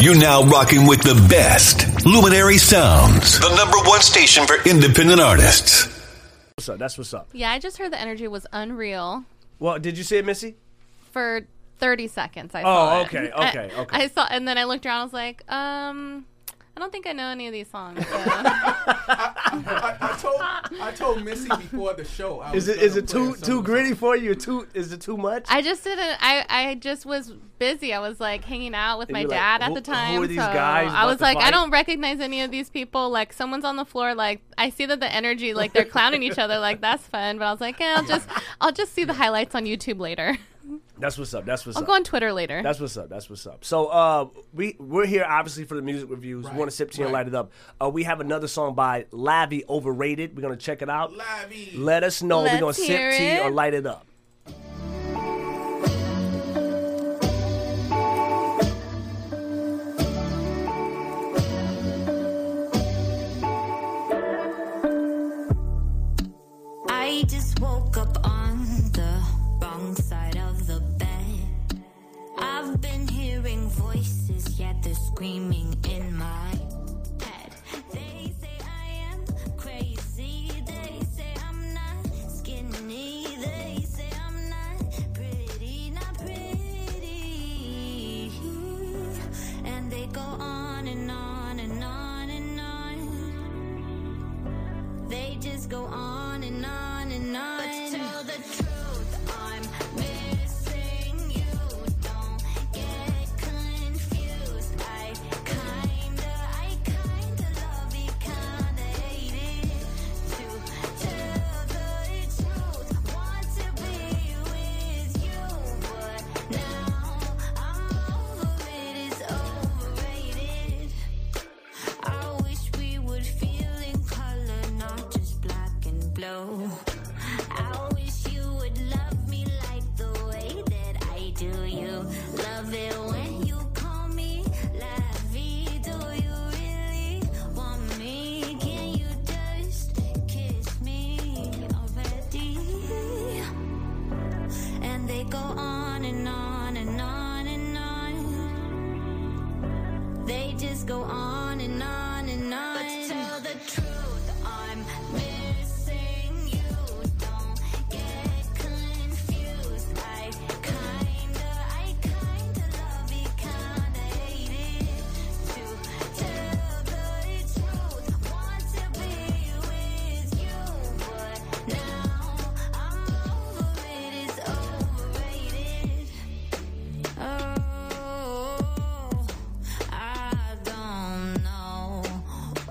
You're now rocking with the best Luminary Sounds, the number one station for independent artists. What's up? That's what's up. Yeah, I just heard the energy was unreal Well, did you see it, Missy? for 30 seconds. I Oh, saw it. okay, I- okay, okay. I saw, and then I looked around. I was like, um, I don't think I know any of these songs. so. I, I told I told Missy before the show. I Is was it is gonna it play a too song. too gritty for you? Too is it too much? I just didn't. I, I just was busy. I was like hanging out with my you're like, dad who- at the time. who are these so guys I about was to like, fight? I don't recognize any of these people. Like someone's on the floor. Like I see that the energy. Like they're clowning each other. Like that's fun. But I was like, yeah, I'll just I'll just see the highlights on YouTube later. That's what's up. That's what's I'll up. go on Twitter later. That's what's up. That's what's up. So uh, we we're here obviously for the music reviews. We want to sip tea and light it up. Uh, we have another song by Lavi Overrated. We're gonna check it out. Lavi. Let us know. we're Let's gonna sip hear tea it. or light it up. I just woke up on the wrong side of the bed. I've been hearing voices, yet they're screaming in my head. They say I am crazy. They say I'm not skinny. They say I'm not pretty, not pretty. And they go on and on and on and on. They just go on and on and on. But tell the truth, I'm missing you. Don't get confused. I kinda, I kinda love it, kinda hate it. To tell the truth, want to be with you, but now I'm over it. It's overrated. I wish we would feel in color, not just black and blue. I wish you would love me like the way that I do you. Love it when you call me Lavi. Do you really want me? Can you just kiss me already? And they go on and on and on and on. They just go on and on and on. But tell the truth, I'm missing you. Don't get confused. I kinda, I kinda love it, kinda hate it. To tell the truth, want to be with you, but now I'm over it. It's overrated. Oh, I don't know.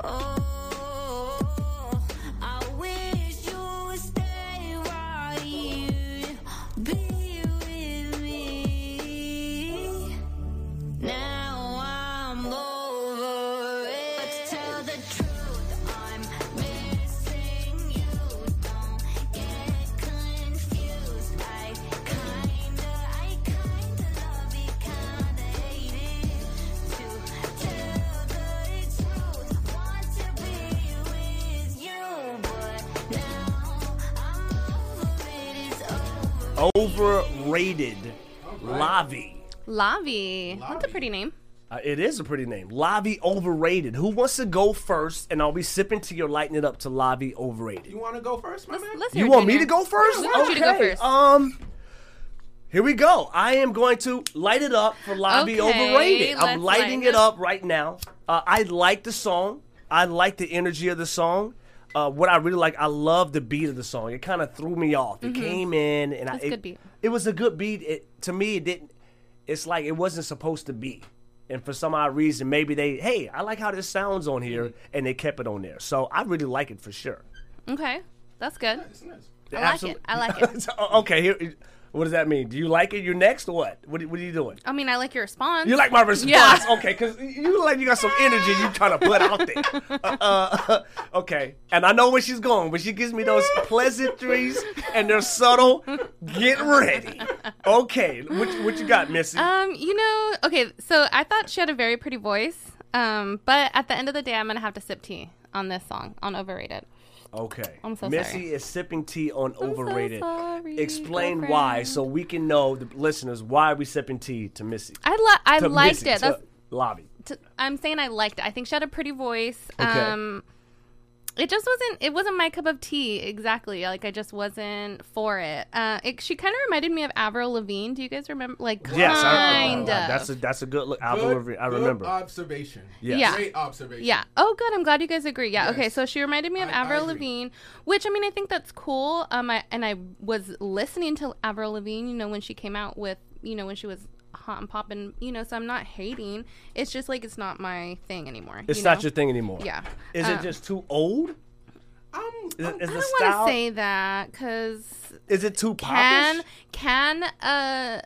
Oh, I wish you would stay right here, be with me. Now I'm over it. But tell the truth, I'm missing you. Don't get confused. I kinda, I kinda love it, kinda hate it. To tell the truth, want to be with you, but now I'm over it. It's over. Overrated. Lavi. Lavi. That's a pretty name. Uh, it is a pretty name. Lavi Overrated. Who wants to go first? And I'll be sipping to your lighting it up to Lavi Overrated. You want to go first, my man? Let's hear You it, want me Junior. to go first? We want you to go Okay, first. Um, here we go. I am going to light it up for Lavi Okay, Overrated. let's I'm lighting light it it up right now. Uh, I like the song. I like the energy of the song. Uh, what I really like, I love the beat of the song. It kind of threw me off. It came in, and I It's Mm-hmm. it, a good beat. it was a good beat. It to me, it didn't. It's like it wasn't supposed to be. And for some odd reason, maybe they, hey, I like how this sounds on here, Mm-hmm. and they kept it on there. So I really like it for sure. Okay, that's good. I like Absolute- it. I like it. So, o- okay, here. What does that mean? Do you like it? You're next, or what? What, are- what are you doing? I mean, I like your response. You like my response? Yeah. Okay, because you look like you got some energy you trying to put out there. Uh, uh, okay, and I know where she's going, but she gives me those pleasantries, and they're subtle. Get ready. Okay, what, what you got, Missy? Um, you know, okay, so I thought she had a very pretty voice. Um, but at the end of the day, I'm gonna have to sip tea on this song on Overrated. okay, I'm so Missy sorry. is sipping tea on overrated. sorry, Explain why, girlfriend. so we can know the listeners why are we sipping tea to Missy. I li- I To liked Missy, it. to That's Lobby. t- I'm saying I liked it. I think she had a pretty voice. Okay. Um it just wasn't it wasn't my cup of tea exactly. Like I just wasn't for it. Uh it, she kind of reminded me of Avril Lavigne. Do you guys remember like kind Yes, I, of oh, that's a that's a good look. I, Good- re- I good remember. observation. Yes. Yeah. Great observation. Yeah. Oh, good. I'm glad you guys agree. Yeah. Okay. Yes. So she reminded me of I- I Avril agree. Lavigne, which I mean, I think that's cool. Um, I, and I was listening to Avril Lavigne, you know, when she came out with, you know, when she was hot and popping, you know. So I'm not hating. It's just like it's not my thing anymore. it's you not know? your thing anymore. Yeah. Is it Um, just too old? I'm, Is, it- is I the don't style? want to say that because is it too popish? can can a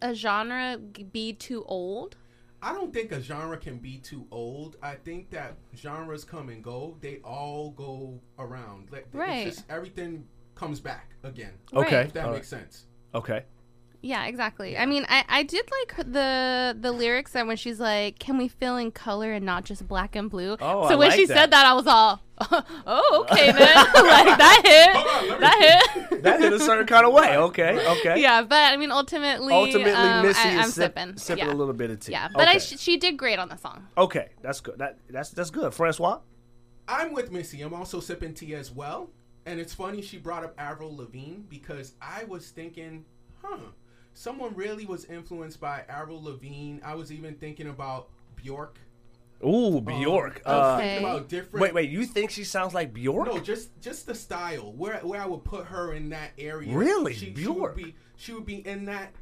a genre g- be too old? I don't think a genre can be too old. I think that genres come and go. They all go around. Like, Right. It's just everything comes back again. okay. Right. If that all right, makes sense. Okay. Yeah, exactly. I mean, I, I did like her- the the lyrics that when she's like, "Can we feel in color and not just black and blue?" Oh, so I when like she that. said that, I was all, "Oh, okay then." like that hit. on, let me- that hit. That in a certain kind of way. Okay. Okay. yeah, but I mean, ultimately, Ultimately, um, Missy I, am is sip- sipping. sipping yeah. a little bit of tea. Yeah, but okay. I sh- she did great on the song. okay, that's good. That that's that's good. Francois. I'm with Missy. I'm also sipping tea as well. And it's funny she brought up Avril Lavigne because I was thinking, huh, someone really was influenced by Avril Lavigne. I was even thinking about Bjork. Ooh, Bjork. Uh, okay. Thinking about different. Wait, wait. You think she sounds like Bjork? No, just just the style where where I would put her in that area. Really? she, she Bjork? would be she would be in that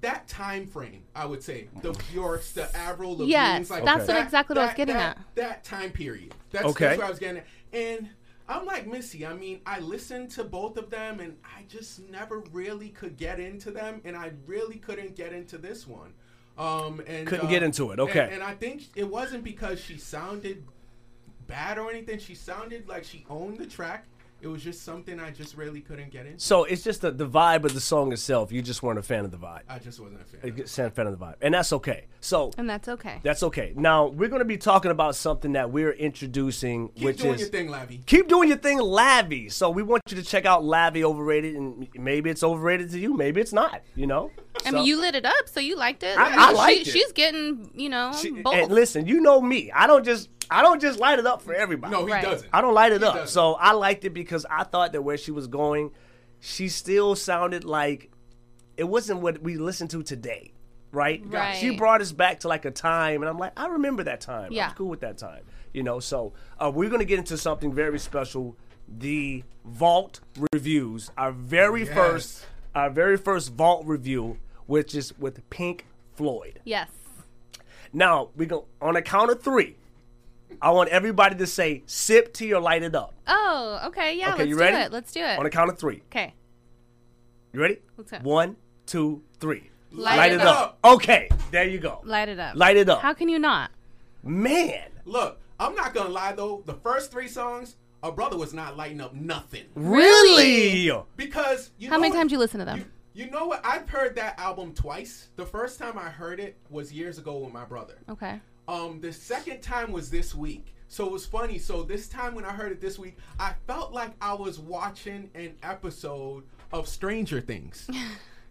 that time frame. I would say the Bjorks, the Avril Lavigne's. Yes, like that's that, what- exactly what I was that- getting that, at. That time period. That's, Okay. that's what I was getting at. And I'm like Missy. I mean, I listened to both of them, and I just never really could get into them, and I really couldn't get into this one. Um, and Couldn't uh, get into it, and- okay. and I think it wasn't because she sounded bad or anything. She sounded like she owned the track. It was just something I just really couldn't get into. So it's just the, the vibe of the song itself. You just weren't a fan of the vibe. I just wasn't a fan. You just weren't a fan of the vibe, and that's okay. So And that's okay. that's okay. Now we're going to be talking about something that we're introducing, Keep which doing is your thing, Lavi. keep doing your thing, Lavi. So we want you to check out Lavi Overrated, and m- maybe it's overrated to you, maybe it's not. You know. I So- mean, you lit it up, so you liked it. I- mean, I liked she, it. She's getting, you know, She- both. and listen, you know me. I don't just I don't just light it up for everybody. No, he Right. doesn't. I don't light it up. doesn't. So I liked it because I thought that where she was going, she still sounded like it wasn't what we listen to today, right? Right. She brought us back to like a time, and I'm like, I remember that time. I Yeah. was cool with that time, you know. So uh, we're gonna get into something very special. The Vault reviews, our very Yes. first, our very first Vault review, which is with Pink Floyd. yes. Now we go on a count of three. I want everybody to say sip tea or light it up. Oh, okay. Yeah. Okay, let's you do ready? it. Let's do it. On a count of three. okay. You ready? Let's go. One, two, three. Light it Okay, there you go. Light it up. Light it up. How can you not? Man, Look, I'm not gonna lie though. The first three songs, our brother was not lighting up nothing really? because you. How know many what- times you listen to them? You, you know what? I've heard that album twice. The first time I heard it was years ago with my brother. Okay. Um, the second time was this week. So it was funny. So this time when I heard it this week, I felt like I was watching an episode of Stranger Things.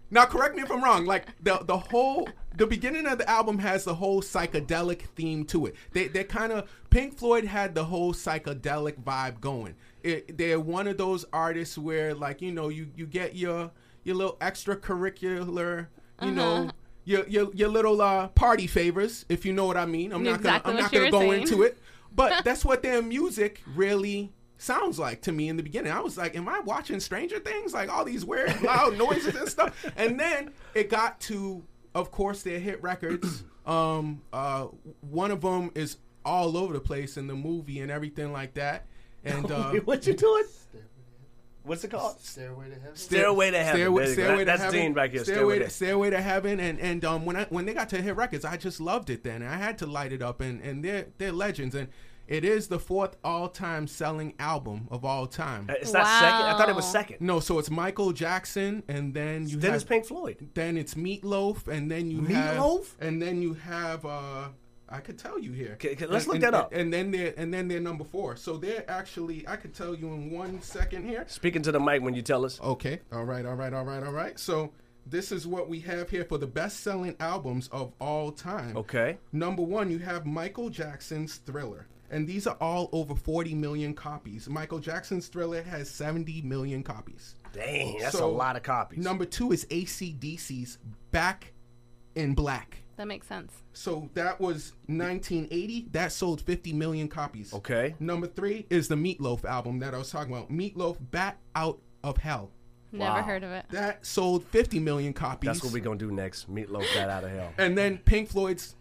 now correct me if I'm wrong. Like the the whole the beginning of the album has the whole psychedelic theme to it. They they kind of Pink Floyd had the whole psychedelic vibe going. It, they're one of those artists where like you know you you get your your little extracurricular you Uh-huh. know your, your your little uh, party favors if you know what I mean. I'm not Exactly gonna I'm what not you gonna were go saying. into it, but that's what their music really sounds like to me in the beginning. I was like, am I watching Stranger Things? Like all these weird loud noises and stuff. And then it got to, of course, their hit records. Um, uh, one of them is all over the place in the movie and everything like that. And uh, what you doing? What's it called? Stairway to Heaven. Stairway to Heaven. Stairway, There you go. Stairway That- to That's Heaven. Dean back here. Stairway, Stairway, to, Stairway to Heaven, and and um when I when they got to Hit Records, I just loved it then. I had to light it up, and and they're they're legends, and it is the fourth all time selling album of all time. Uh, It's not second. I thought it was Wow. second. no, so it's Michael Jackson, and then you Then it's have- Pink Floyd. then it's Meatloaf, and then you Meatloaf? have and then you have uh I could tell you here. 'Kay, 'kay, let's And- look that and- up. And then they're and then they're number four. So they're actually I could tell you in one second here. Speaking to the mic when you tell us. Okay. All right. All right. All right. All right. So This is what we have here for the best-selling albums of all time. Okay. Number one, you have Michael Jackson's Thriller. And these are all over 40 million copies. Michael Jackson's Thriller has 70 million copies. Dang, that's a So, lot of copies. Number two is ACDC's Back in Black. That makes sense. So that was 1980. That sold 50 million copies. Okay. Number three is the Meatloaf album that I was talking about. Meatloaf Bat Out of Hell. Never Wow. heard of it. That sold 50 million copies. That's what we're gonna do next. Meatloaf that out of hell. And then Pink Floyd's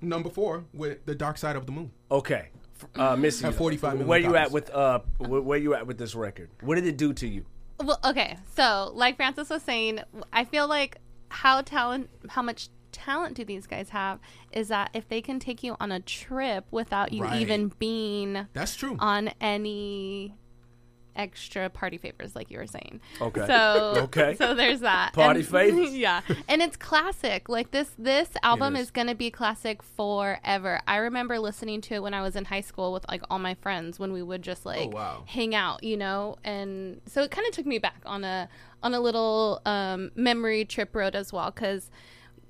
number four with The Dark Side of the Moon. Okay, F- uh, Missy, At 45 million Where you at copies. with uh, where, where you at with this record? What did it do to you? Well, okay. So, like Francis was saying, I feel like how talent, how much talent do these guys have? Is that if they can take you on a trip without you Right. even being That's true. on any extra party favors, like you were saying. Okay. So Okay. So there's that Party And- favors. yeah, and it's classic. Like this, this album is. is, going to be classic forever. I remember listening to it when I was in high school with like all my friends when we would just Oh, like wow. hang out, you know. And so it kind of took me back on a on a little um, memory trip road as well because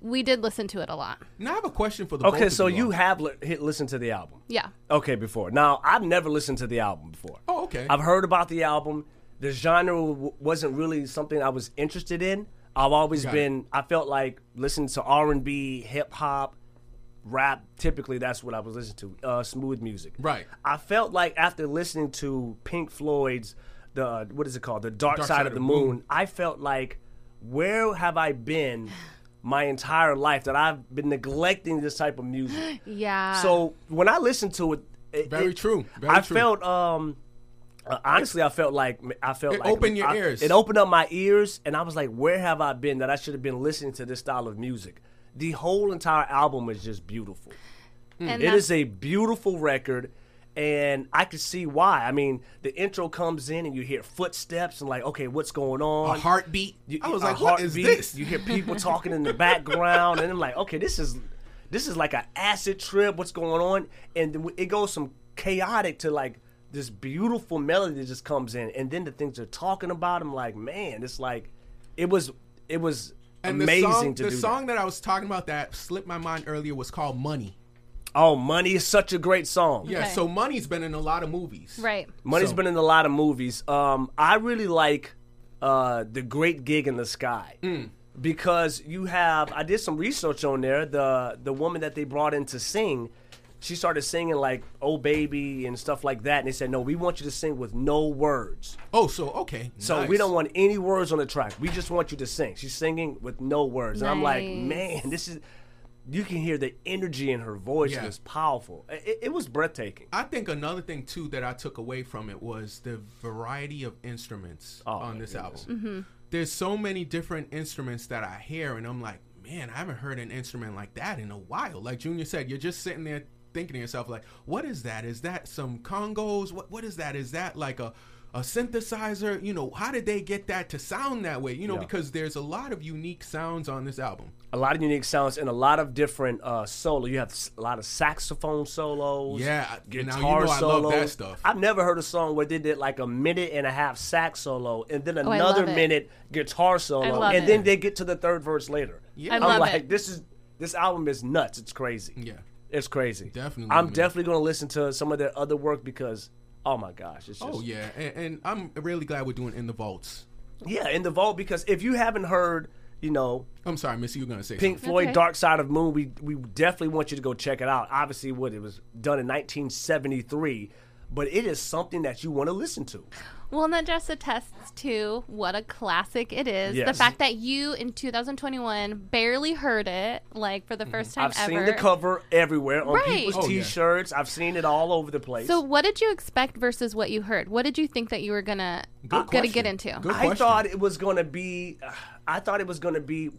we did listen to it a lot. now I have a question for the both Okay, of so you. you all. have li- hit, listened to the album. Yeah. Okay, before now, I've never listened to the album before. Oh, okay. I've heard about the album. The genre w- wasn't really something I was interested in. I've always Got it. been. I felt like listening to R and B, hip hop, rap. Typically, that's what I was listening to. Uh, smooth music. Right. I felt like after listening to Pink Floyd's the what is it called, the Dark, Side, of the moon, I felt like where have I been my entire life that I've been neglecting this type of music. Yeah. So when I listened to it, it Very it- true. Very I true. felt um, uh, honestly, I felt like I felt It like opened your I- ears. It opened up my ears, and I was like, "Where have I been that I should have been listening to this style of music?" The whole entire album is just beautiful. and It that's- is a beautiful record, and I could see why. I mean, the intro comes in, and you hear footsteps, and like, okay, what's going on? a heartbeat. You- I was a like, what is heartbeat. this? You hear people talking in the background, and I'm like, okay, this is this is like an acid trip. What's going on? And then it goes from chaotic to like this beautiful melody that just comes in, and then the things they're talking about. I'm like, man, it's like it was it was and amazing the song, to the do. song that. I was talking about that slipped my mind earlier was called Money. that. Oh, money is such a great song. Yeah, Okay. so Money's been in a lot of movies. right. Money's So- been in a lot of movies. Um, I really like uh, the Great Gig in the Sky Mm. because you have. I did some research on there. The the woman that they brought in to sing, she started singing like "Oh Baby" and stuff like that, and they said, "No, we want you to sing with no words. Oh, so okay. So nice. we don't want any words on the track. We just want you to sing." She's singing with no words, and I'm like, Nice. man, this is. You can hear the energy in her voice, and Yeah. it's powerful. It- it- it was breathtaking. I think another thing too that I took away from it was the variety of instruments on Oh, my this album. There's so many different instruments that I hear, and I'm like, man, I haven't heard an instrument like that in a while. Like Junior said, you're just sitting there thinking to yourself, like, what is that? Is that some congos? What what is that? Is that like a a synthesizer, you know, how did they get that to sound that way? You know, Yeah. because there's a lot of unique sounds on this album. a lot of unique sounds and a lot of different uh, solo. You have s- a lot of saxophone solos. Yeah, I- now you guitar know I solos. love that stuff. I've never heard a song where they did like a minute and a half sax solo and then Oh, I another love it. minute guitar solo, love and it. then they get to the third verse later. Yeah. I am love like, it. this is this album is nuts. It's crazy. Yeah. it's crazy. Definitely, I'm man. definitely gonna listen to some of their other work because. Oh my gosh! It's just Oh yeah, and, and I'm really glad we're doing in the vaults. yeah, in the vault because if you haven't heard, you know, I'm sorry, Missy, you were gonna say Pink Floyd, okay. Dark Side of the Moon. We we definitely want you to go check it out. Obviously, what it was done in 1973, but it is something that you want to listen to. Well, and that just attests to what a classic it is. The Yes. fact that you in 2021 barely heard it, like for the first time Mm-hmm. I've ever. seen the cover everywhere on Right. people's Oh, yeah. T-shirts. I've seen it all over the place. So, what did you expect versus what you heard? What did you think that you were gonna Good gonna get question. into? Good I question. thought it was gonna be. I thought it was gonna be.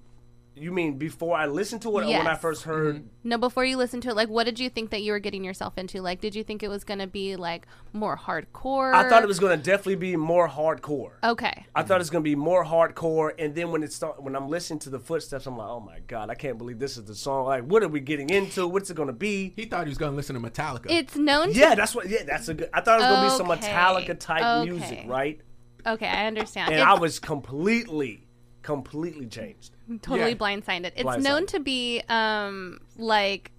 You mean before I listened to it or when I Yes. Mm-hmm. first heard? No, before you listen to it, like, what did you think that you were getting yourself into? Like, did you think it was gonna be like more hardcore? I thought it was gonna definitely be more hardcore. Okay. I thought it was gonna be more hardcore, and then when it start, when I'm listening to the footsteps, I'm like, oh my god, I can't believe this is the song. Like, what are we getting into? What's it gonna be? He thought he was gonna listen to Metallica. It's known. Yeah, that's what. Yeah, that's a good. I thought it was gonna be some Okay, Metallica type music, okay. right? To, okay, I understand. And It's- I was completely completely changed. totally Yeah. blindsided. It's Blindsided. known to be um like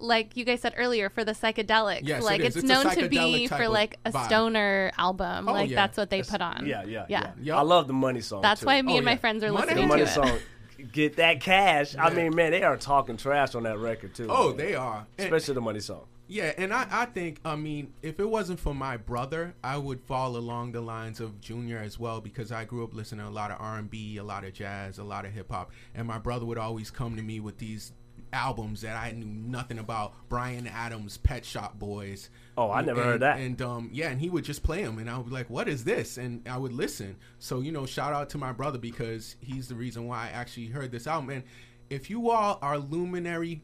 like you guys said earlier for the psychedelics. Yes, it like is. it's, It's a known to psychedelic be type for of like a vibe. stoner album. Oh, like yeah. that's what they put on. Yeah, yeah, Yeah. yeah. Yup. I love the money song. That's too. why me Oh, and my yeah. friends are Money the listening Money to money it. song. Get that cash. I mean, man, they are talking trash on that record too. Oh, man. they are. And- especially the money song. Yeah, and I, I think, I mean, if it wasn't for my brother, I would fall along the lines of Junior as well because I grew up listening to a lot of R&B, a lot of jazz, a lot of hip hop, and my brother would always come to me with these albums that I knew nothing about, Brian Adams, Pet Shop Boys. Oh, I never And- heard that. And um, yeah, and he would just play them, and I would be like, "What is this?" And I would listen. So you know, shout out to my brother because he's the reason why I actually heard this album. And if you all are Luminary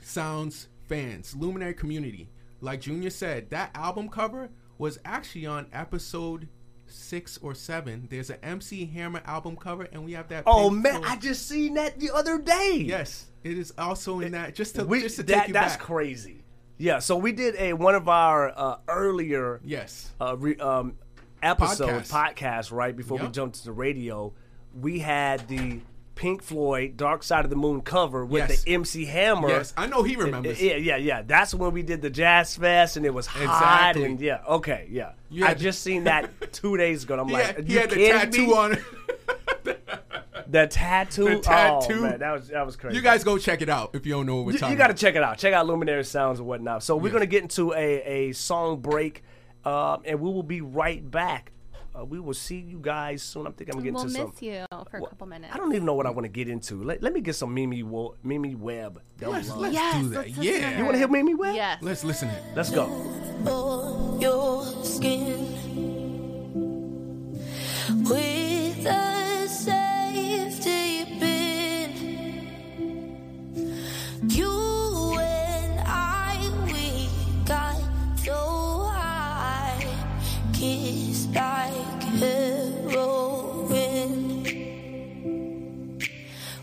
Sounds fans, Luminary community. Like Junior said, that album cover was actually on episode six or seven. There's an MC Hammer album cover, and we have that. Oh pink man, floor- I just seen that the other day. yes, it is also in that. Just to we, just to that, take you that's back. crazy. Yeah, so we did a one of our uh, earlier Yes. uh, re, um, episode Podcast. podcast. right before we Yep. jumped to the radio. We had the Pink Floyd Dark Side of the Moon cover with Yes. the MC Hammer. Yes, I know he remembers. Yeah, yeah, yeah. That's when we did the Jazz Fest, and it was hot. Exactly. And yeah, okay, yeah. You I had the- just seen that two days ago. And I'm He like, had, he you had the kidding tattoo me? on. The tattoo. The tattoo. Oh, man, that was that was crazy. you guys go check it out if you don't know what we're You- talking. you got to about. check it out. Check out Luminary Sounds and whatnot. So we're Yes. gonna get into a a song break, um, and we will be right back. Uh, we will see you guys soon. I'm thinking I'm getting We'll to miss some. you for a couple minutes. I don't even know what I want to get into. Let, let me get some Mimi Wo- Mimi Webb. Double Let's, Love. let's Yes, do that. let's listen to yeah. her. You want to hear Mimi Webb? Yes. Let's listen to it. Let's go. for your skin with a safety pin. You and I, we got so high, kissed like heroin.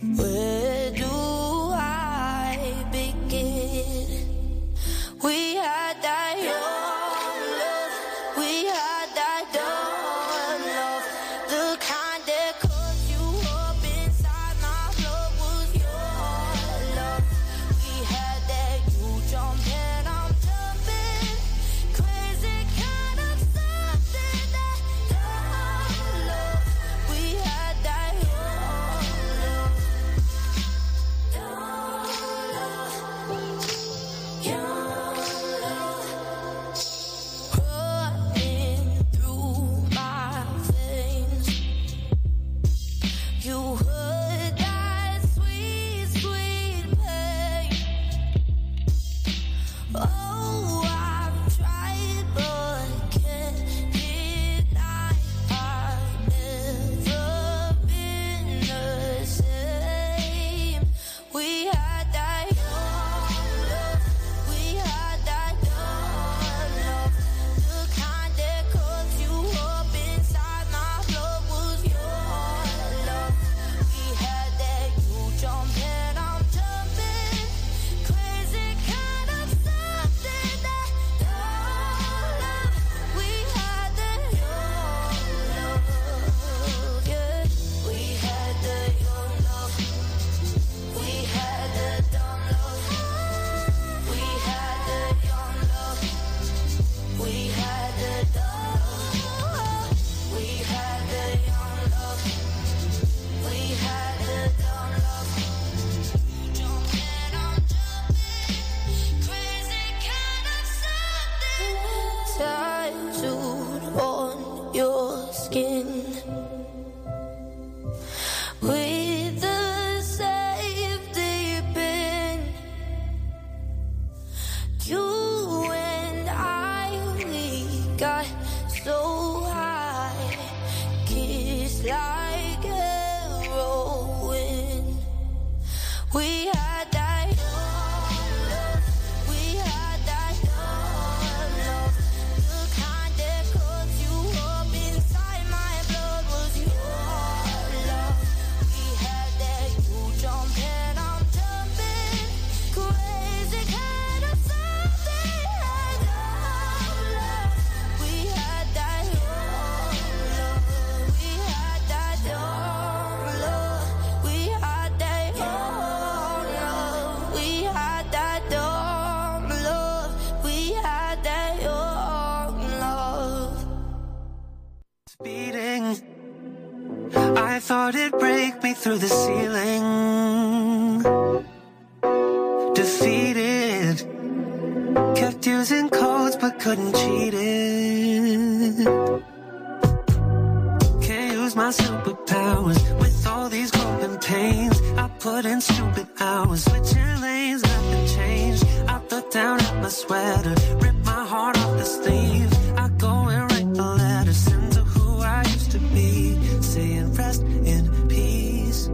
Where do I begin? We had that young love. We had that dumb love. The kind that caught you up inside my blood was your love. We had that you jump and I'm jumping. Crazy kind of something that dumb love. We had that young love. Dumb love. You heard that sweet, sweet pain. Oh, I've tried, but can't deny I've never been the same. We had that young love, we had that dumb love, the kind that cuts you up inside. My blood was your love. We had that you jump and I'm jumping, crazy kind of something that love. We had that your love, yeah. We had that your love, we had that dumb love, we had that young love. We had the dog. We had the young love. We had the dumb love. You jump and I'm jumping. Crazy kind of something. Tattooed on your skin with the safety pin. You and I, we got so high, kissed like heroin. We had that young love, we had that young love. The kind that cuts you up inside. My blood was your love. We had that you jump and I'm jumping, crazy kind of something. Love, love. We had thought it'd break me through the ceiling. Defeated, kept using codes but couldn't cheat it. Can't use my superpowers with all these coping pains. I put in stupid hours, switching lanes, nothing changed. I look down at my sweater, rip my heart off the sleeve. I go and write a letter, send to who I used to be, saying rest in peace,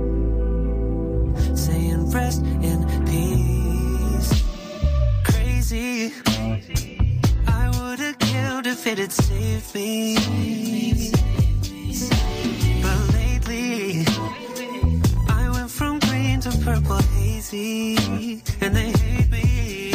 saying rest in peace. Crazy. I would have killed if it had saved me. But lately, I went from green to purple hazy, and they hate me.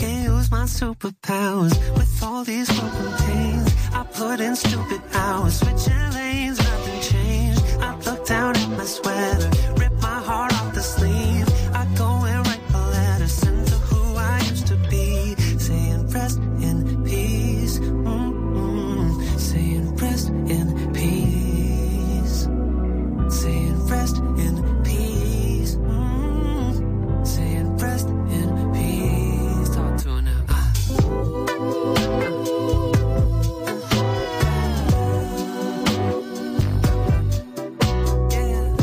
Can't use my superpowers with all these broken pains. I put in stupid hours, switching lanes, nothing changed. I look down at my sweater, rip my heart off the sleeve. I go and write a letter, send to who I used to be, saying rest in peace. Mm-mm. Saying rest in peace. Saying rest in peace. Mm. Saying rest in peace. Talk to her now. Ah. Yeah.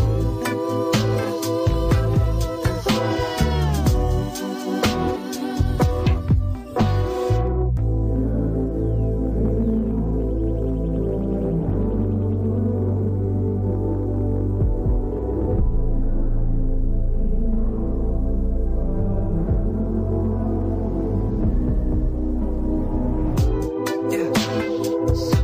Yeah.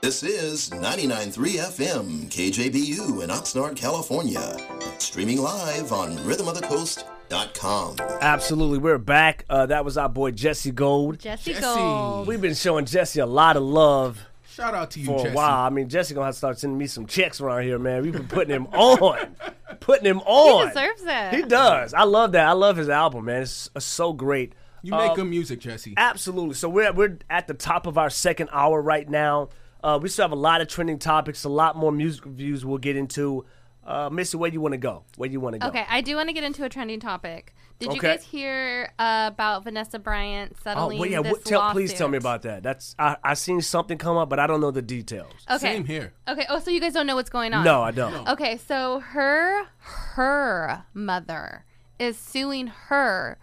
This is 99.3 FM, KJBU in Oxnard, California. Streaming live on rhythmofthecoast.com. Absolutely. We're back. Uh, that was our boy Jesse Gold. Jesse Jesse. Gold. We've been showing Jesse a lot of love Shout out to you, for Jesse. a while. I mean, Jesse gonna have to start sending me some checks around here, man. We've been putting him on, putting him He on. deserves it. He does. I love that. I love his album, man. It's, it's so great. You Uh, make good music, Jesse. Absolutely. So we're we're at the top of our second hour right now. Uh, we still have a lot of trending topics, a lot more music reviews we'll get into. Uh, Missy, where do you want to go? Where do you want to go? Okay, I do want to get into a trending topic. Did you Okay. guys hear uh, about Vanessa Bryant Oh, settling well, yeah. this what- tell, please tell me lawsuit? about that. That's I, I seen something come up, but I don't know the details. Okay. Same here. Okay. Oh, so you guys don't know what's going on? No, I don't. Okay, so her her mother is suing her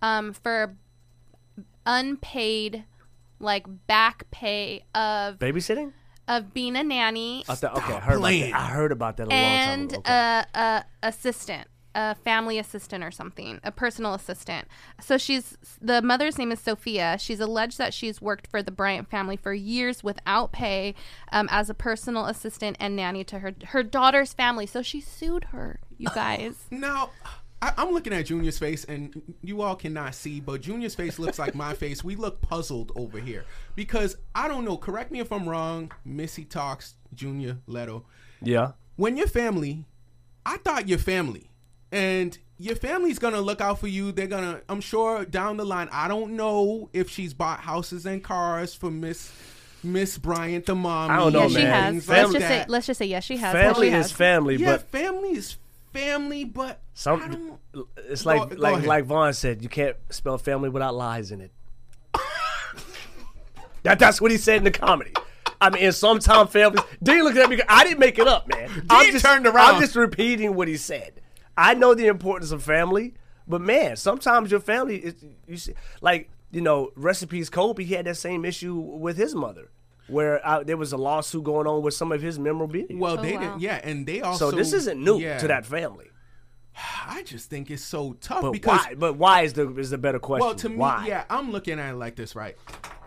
um, for unpaid like back pay of Babysitting? of being a nanny I thought, okay, I heard, about playing. that. I heard about that a long and uh, time ago. Okay. a, a assistant a family assistant or something a personal assistant so she's the mother's name is sophia she's alleged that she's worked for the bryant family for years without pay um, as a personal assistant and nanny to her her daughter's family so she sued her you guys Now, I, I'm looking at Junior's face, and you all cannot see, but Junior's face looks like my face. We look puzzled over here because I don't know. Correct me if I'm wrong. Missy talks, Junior Leto. yeah. When your family, I thought your family, and your family's gonna look out for you. They're gonna, I'm sure, down the line. I don't know if she's bought houses and cars for Miss Miss Bryant, the mom. I don't know, yeah, she man. has. Fam- let's just say, let's just say, yes, she has. Yes, Family she has. is family, yeah, but family is family, but I some don't. it's like go like ahead. like Vaughn said, you can't spell family without lies in it. that that's what he said in the comedy. I mean, and sometimes families. Dean looked at me. I didn't make it up, man. Dean turned around. I'm just repeating what he said. I know the importance of family, but man, sometimes your family is you see, like you know recipes. Kobe he had that same issue with his mother, where uh there was a lawsuit going on with some of his memorabilia. Well, they Oh, wow. didn't. Yeah, and they so also. this isn't new yeah. to that family. I just think it's so tough But because. why? But why is the is the better question? Well, to me, why? yeah, I'm looking at it like this, right?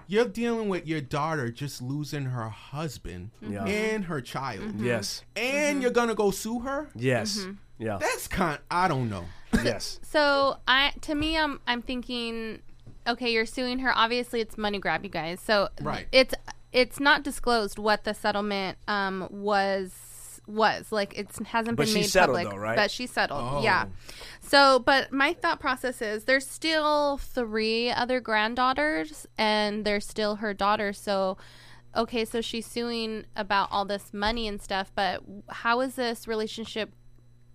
you're dealing with your daughter just losing her husband Mm-hmm. Yeah. and her child, Mm-hmm. Yes. and you're gonna go sue her. Yes. Yeah. That's kind. I don't know. yes. So I, to me, I'm I'm thinking, okay, you're suing her. Obviously, it's money grab, you guys. So Right. it's it's not disclosed what the settlement um was was like. It hasn't But been she made settled, public, though, right? but she settled. Oh. Yeah. So, but my thought process is there's still three other granddaughters, and there's still her daughter. So. Okay, so she's suing about all this money and stuff, but how is this relationship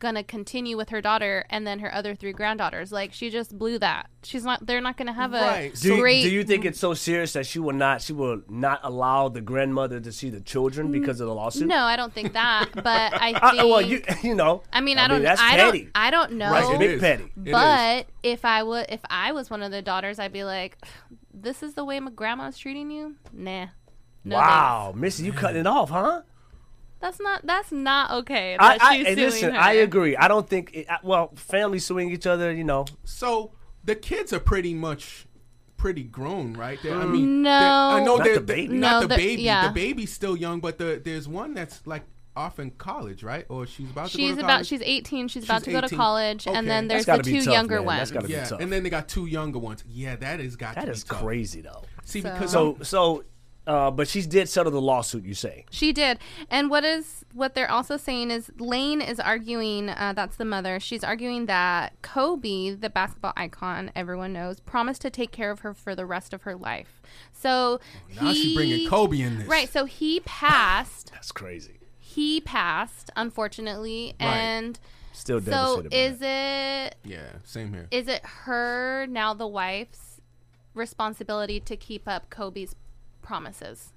gonna continue with her daughter and then her other three granddaughters. Like she just blew that. She's not. They're not gonna have a Right. Do you, great. do you think it's so serious that she will not she will not allow the grandmother to see the children because of the lawsuit? Mm, no, I don't think that. But I Uh, think. well, you you know. I mean, I, don't. That's I petty. don't. I don't know. Right, it It is. is. petty. It is. But if I would, if I was one of the daughters, I'd be like, "This is the way my grandma's treating you." Nah. No wow, Missy, you cutting it off, huh? thanks. That's not. That's not okay. I, That I she's hey, suing listen. her. I agree. I don't think. It, I, well, family suing each other. You know, So the kids are pretty much pretty grown, right? They're- I mean, No. they're- I know Not they're the baby. Not No, the the- baby. yeah. The baby's still young, but the, there's one that's like off in college, right? Or she's about to. go She's to about. college. She's 18. She's, about to go to 18. college, Okay. and then there's That's that's the got to two be tough, younger man. ones. That's got to Yeah, be tough. and then they got two younger ones. Yeah, that has got that to is be tough. crazy, though. See, Oh. because So so, uh, but she did settle the lawsuit. You say? She did. And what is what they're also saying is Lane is arguing uh, that's the mother. She's arguing that Kobe, the basketball icon everyone knows, promised to take care of her for the rest of her life. So now she he- bringing Kobe in this. Right. So he passed. That's crazy. he passed, unfortunately, and Still so devastated. by is that. it yeah, same here. is it her now the wife's responsibility to keep up Kobe's promises?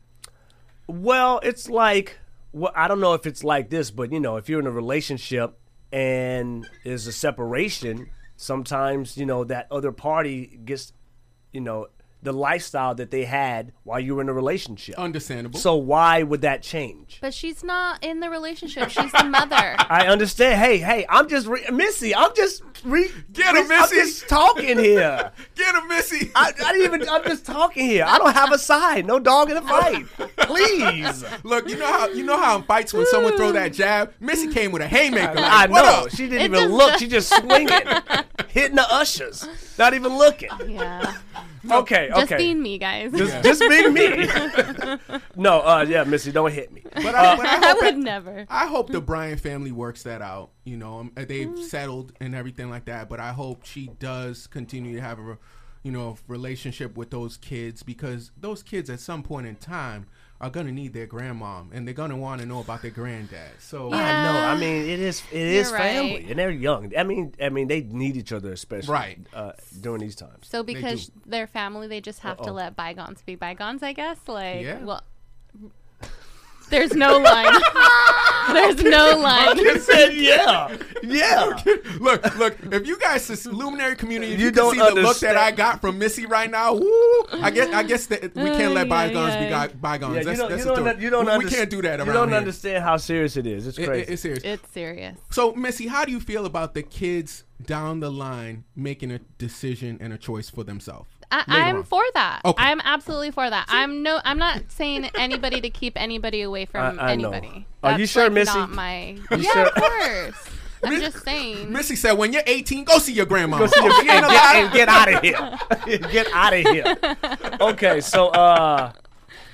Well, it's like well, I don't know if it's like this, but you know, if you're in a relationship and there's a separation, sometimes you know that other party gets, you know, the lifestyle that they had while you were in a relationship. Understandable. So why would that change? But she's not in the relationship. She's the mother. I understand. Hey, hey, I'm just re- Missy. I'm just re- Get re- 'em, Missy. I'm just talking here. get him, Missy. I, I didn't even. I'm just talking here. I don't have a side. No dog in the fight. Please. Look, you know how you know how in fights when someone throw that jab, Missy came with a haymaker. Like, I what know. up? She didn't It even just- look. She just swinging, hitting the ushers, not even looking. Yeah. Okay, okay. Just being me, guys. Just- just being me. no, uh, yeah, Missy, don't hit me. But I, but I I hope would that- never. I hope the Bryant family works that out. You know, um, uh, they've settled and everything like that. But I hope she does continue to have a, you know, relationship with those kids because those kids at some point in time are gonna need their grandmom and they're gonna want to know about their granddad. So I know. I mean, it is it is You're right. family, and they're young. I mean, I mean, they need each other, especially Right. uh, during these times. So because their family, they just have to let bygones be bygones, I guess. Like, Yeah. well, there's no line. there's no line. He said, "Yeah, yeah." look, look. If you guys, this luminary community, if You you, can don't see the look understand. that I got from Missy right now. Woo, I guess, I guess that we can't let Ay, ay, bygones be ay. by- bygones. Yeah, that's, you don't, that's you the don't, truth. you don't we, we underst- can't do that around You don't here. understand how serious it is. It's It- it- crazy. it's serious. It's serious. So, Missy, how do you feel about the kids down the line making a decision and a choice for themselves? I, later I'm on? for that. Okay. I'm absolutely for that. I'm no. I'm not saying anybody to keep anybody away from I- I know. anybody. Are you That's, sure, like, Missy? Not my. You yeah, sure? of course. I'm just saying. Missy said, "When you're 18, go see your grandma. Go see your kid and get, and get out of here. get out of here. Okay, so uh,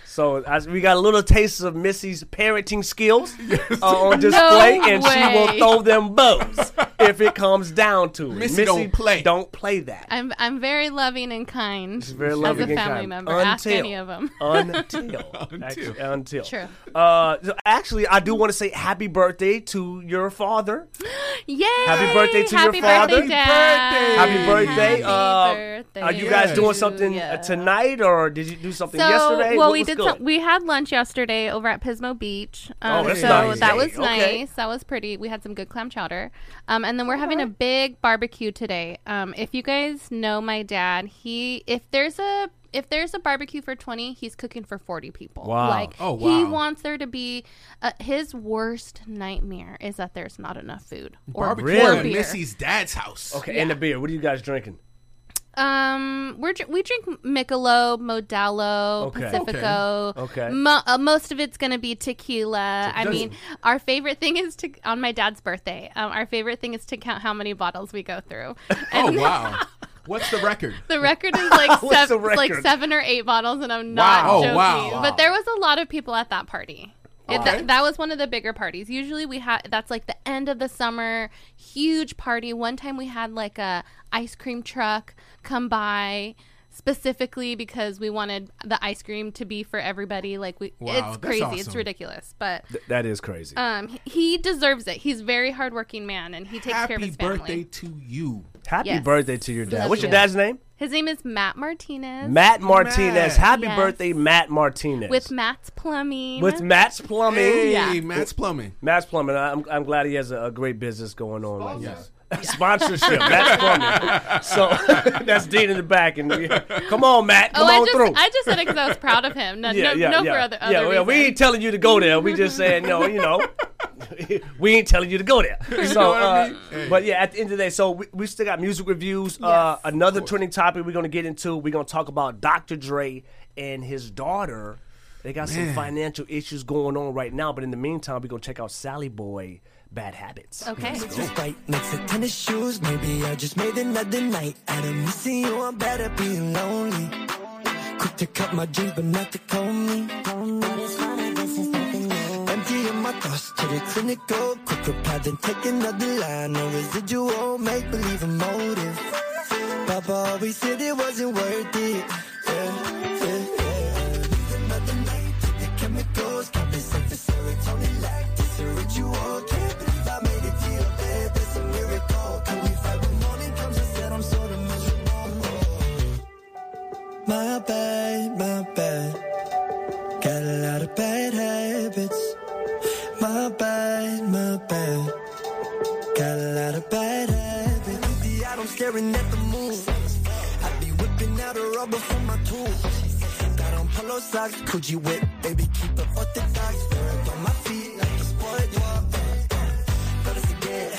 so as we got a little taste of Missy's parenting skills uh, on display, and she will way. throw them bows if it comes down to it. Missy don't play. Don't play that. I'm I'm very loving and kind very as loving a and family kind. member. Ask Until- any of them. until actually, until True. Uh, so actually, I do want to say happy birthday to your father. Yay! Happy birthday to your father. Birthday, Dad. Happy Happy birthday! Happy uh, birthday Are you guys to doing something ya. uh, tonight, or did you do something So, yesterday? well, What we was did. good? Some, we had lunch yesterday over at Pismo Beach. Um, Oh, that's so nice. that was Hey, okay. nice. That was pretty. We had some good clam chowder. Um, and then we're having a big barbecue today. Um, if you guys know my dad, he if there's a if there's a barbecue for 20, he's cooking for 40 people. Wow. Like Oh, he wow. wants there to be uh, his worst nightmare is that there's not enough food or, Barbecue Really? at beer. Missy's dad's house. Okay, and the beer. What are you guys drinking? Um, we're dr- we drink Michelob, Modelo, Okay. Pacifico. Okay. Okay. Mo- uh, most of it's gonna be tequila. I Does- mean, our favorite thing is to on my dad's birthday. Um, our favorite thing is to count how many bottles we go through. Oh And wow. What's the record? The record is like What's seven, the like record? seven or eight bottles, and I'm not Wow. joking. Oh, wow. But there was a lot of people at that party. It- Okay. that, that was one of the bigger parties. Usually we had that's like the end of the summer, huge party. One time we had like a ice cream truck come by specifically because we wanted the ice cream to be for everybody. Like we, Wow, it's that's crazy, it's awesome. ridiculous, but That is crazy. um, he- he deserves it. He's a very hardworking man, and he takes care of Happy his family. birthday to you. Happy yes. birthday to your dad. Love What's your you. dad's name? His name is Matt Martinez. Matt Martinez. Matt. Happy Yes. birthday, Matt Martinez. with Matt's plumbing. With Matt's Plumbing. Hey, Yeah. Matt's Plumbing. Matt's Plumbing. I- I'm, I'm glad he has a, a great business going on. Like Yes. that. Sponsorship. Matt's Plumbing. So that's Dean in the back. And we- come on, Matt. Oh, Come I on just through. I just said it because I was proud of him. No, no, no for other, other yeah, well, we reason. ain't telling you to go there. We just saying, no, you know, we ain't telling you to go there. So, what I uh, mean? Hey. but yeah, at the end of the day, so we, we still got music reviews. Yes. Uh, another trending topic we're gonna get into. We're gonna talk about Dr. Dre and his daughter. They got some financial issues going on right now, but in the meantime, we're gonna check out Sally Boy Bad Habits. okay. just right next to tennis shoes. Maybe I just made another night out of missing you. I better be lonely. Quick to cut my drink, but not to call me. But it's funny, this is nothing new. Emptying my thoughts to the clinical. Quick reply, then take another line. No residual, make believe a motive. Papa always said it wasn't worth it. Yeah, yeah, yeah. Another night, take the chemicals, got me surface serotonin like this a ritual. Can't believe I made it to your bed, that's a miracle. Can we fight when morning comes? I said I'm sort of miserable. My bad, my bad. Got a lot of bad habits. My bad, my bad. Got a lot of bad habits. The out, I'm staring at the moon. I be whipping out a rubber for my tools. Got on polo socks, Gucci whip, baby, keep it orthodox. Earth on my feet like a sport walker. But it's again,